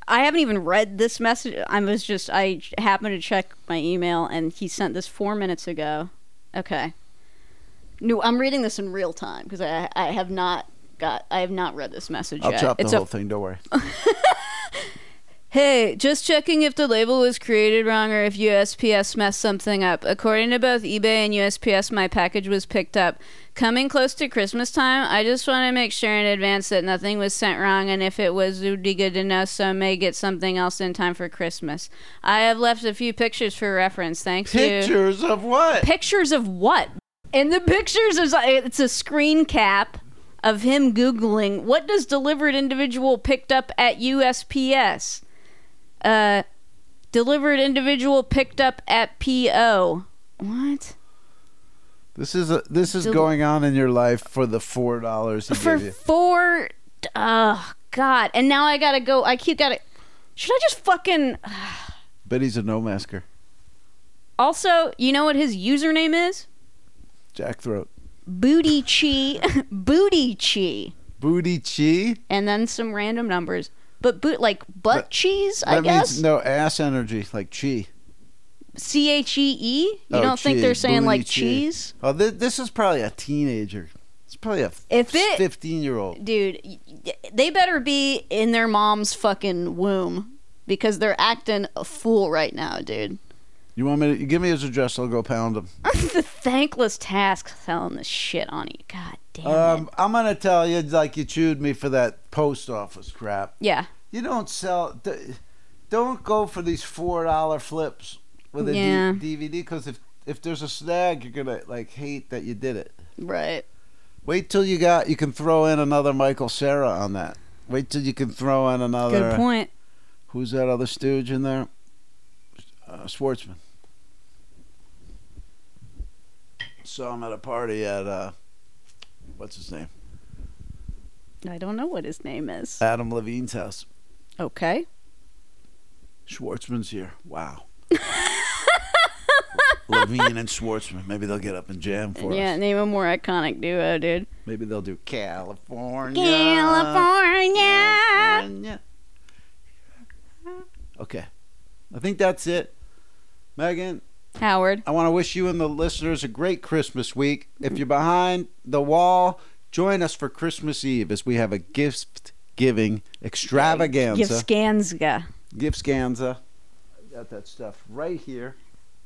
[SPEAKER 2] I haven't even read this message. I was just, I happened to check my email and he sent this four minutes ago. Okay. No, I'm reading this in real time because I, I have not got, I have not read this message
[SPEAKER 1] I'll
[SPEAKER 2] yet.
[SPEAKER 1] chop the
[SPEAKER 2] it's
[SPEAKER 1] whole
[SPEAKER 2] a
[SPEAKER 1] thing. Don't worry.
[SPEAKER 2] Hey, just checking if the label was created wrong or if USPS messed something up. According to both eBay and USPS, my package was picked up. Coming close to Christmas time, I just want to make sure in advance that nothing was sent wrong, and if it was, it would be good to know so I may get something else in time for Christmas. I have left a few pictures for reference. Thanks you.
[SPEAKER 1] Pictures of what?
[SPEAKER 2] Pictures of what? And the pictures is it's a screen cap of him googling what does delivered individual picked up at USPS. Uh, delivered individual picked up at PO. What?
[SPEAKER 1] This is a, this is
[SPEAKER 2] Del-
[SPEAKER 1] going on in your life for the four dollars he
[SPEAKER 2] For
[SPEAKER 1] gave you.
[SPEAKER 2] four. Oh God! And now I gotta go. I keep gotta. Should I just fucking?
[SPEAKER 1] But he's a no masker.
[SPEAKER 2] Also, you know what his username is?
[SPEAKER 1] Jackthroat.
[SPEAKER 2] Booty Chi. Booty Chi.
[SPEAKER 1] Booty chi?
[SPEAKER 2] and then some random numbers. But boot like butt
[SPEAKER 1] That-
[SPEAKER 2] cheese, I
[SPEAKER 1] That
[SPEAKER 2] guess.
[SPEAKER 1] means no ass energy, like chi.
[SPEAKER 2] C H E E. You
[SPEAKER 1] Oh,
[SPEAKER 2] don't think
[SPEAKER 1] cheese.
[SPEAKER 2] they're saying
[SPEAKER 1] Booty
[SPEAKER 2] like
[SPEAKER 1] cheese.
[SPEAKER 2] cheese,
[SPEAKER 1] Oh, thi- this is probably a teenager. It's probably a
[SPEAKER 2] If it-
[SPEAKER 1] fifteen year old.
[SPEAKER 2] dude? y- y- They better be in their mom's fucking womb because they're acting a fool right now, dude.
[SPEAKER 1] You want me to you give me his address? I'll go pound him.
[SPEAKER 2] the thankless task selling this shit on you. God damn it.
[SPEAKER 1] Um, I'm gonna tell you, like you chewed me for that post office crap.
[SPEAKER 2] Yeah.
[SPEAKER 1] You don't sell. d- Don't go for these four dollar flips with a D-
[SPEAKER 2] Yeah.
[SPEAKER 1] DVD because if if there's a snag, you're gonna like hate that you did it.
[SPEAKER 2] Right.
[SPEAKER 1] Wait till you got you can throw in another Michael Sarah on that. Wait till you can throw in another.
[SPEAKER 2] Good point.
[SPEAKER 1] Who's that other stooge in there? Uh, Schwartzman. Saw him at a party at uh, what's his name?
[SPEAKER 2] I don't know what his name is.
[SPEAKER 1] Adam Levine's house.
[SPEAKER 2] Okay.
[SPEAKER 1] Schwartzman's here. Wow. Levine and Schwartzman. Maybe they'll get up and jam for
[SPEAKER 2] Yeah,
[SPEAKER 1] us.
[SPEAKER 2] name a more iconic duo, dude.
[SPEAKER 1] Maybe they'll do California.
[SPEAKER 2] California.
[SPEAKER 1] California. Okay. I think that's it. Megan,
[SPEAKER 2] Howard.
[SPEAKER 1] I want to wish you and the listeners a great Christmas week. If you're behind the wall, join us for Christmas Eve as we have a gift giving
[SPEAKER 2] Give
[SPEAKER 1] extravaganza.
[SPEAKER 2] Skanska.
[SPEAKER 1] Gift scanza. I got that stuff right here.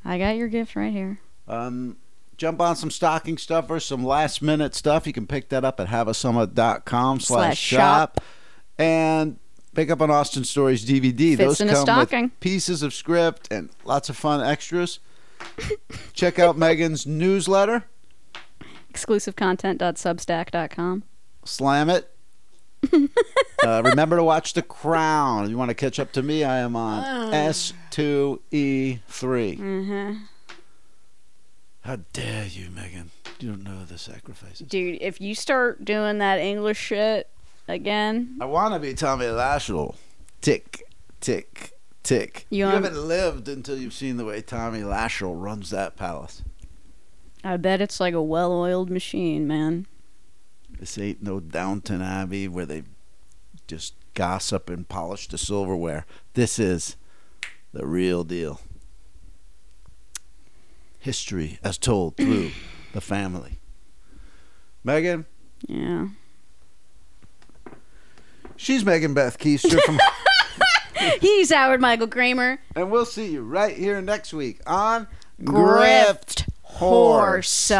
[SPEAKER 2] I got your gift right here.
[SPEAKER 1] Um, jump on some stocking stuffers, some last minute stuff. You can pick that up at haveasummit.com slash
[SPEAKER 2] Slash shop.
[SPEAKER 1] shop. And pick up an Austin Stories DVD.
[SPEAKER 2] Fits
[SPEAKER 1] Those
[SPEAKER 2] in a
[SPEAKER 1] come
[SPEAKER 2] stocking.
[SPEAKER 1] with pieces of script and lots of fun extras. Check out Megan's newsletter.
[SPEAKER 2] Exclusivecontent.substack.com.
[SPEAKER 1] Slam it. uh, remember to watch The Crown. If you want to catch up to me, I am
[SPEAKER 2] Oh.
[SPEAKER 1] on S2E3.
[SPEAKER 2] Mm-hmm.
[SPEAKER 1] How dare you, Megan? You don't know the sacrifices.
[SPEAKER 2] Dude, if you start doing that English shit again,
[SPEAKER 1] I want to be Tommy Lashell. Tick, tick, tick.
[SPEAKER 2] You
[SPEAKER 1] You,
[SPEAKER 2] wanna-
[SPEAKER 1] haven't lived until you've seen the way Tommy Lashell runs that palace.
[SPEAKER 2] I bet it's like a well oiled machine, man.
[SPEAKER 1] This ain't no Downton Abbey where they just gossip and polish the silverware. This is the real deal. History as told through the family. Megan,
[SPEAKER 2] Yeah.
[SPEAKER 1] she's Megan Beth Keister from
[SPEAKER 2] He's Howard Michael Kramer.
[SPEAKER 1] And we'll see you right here next week on
[SPEAKER 2] Grift Horse.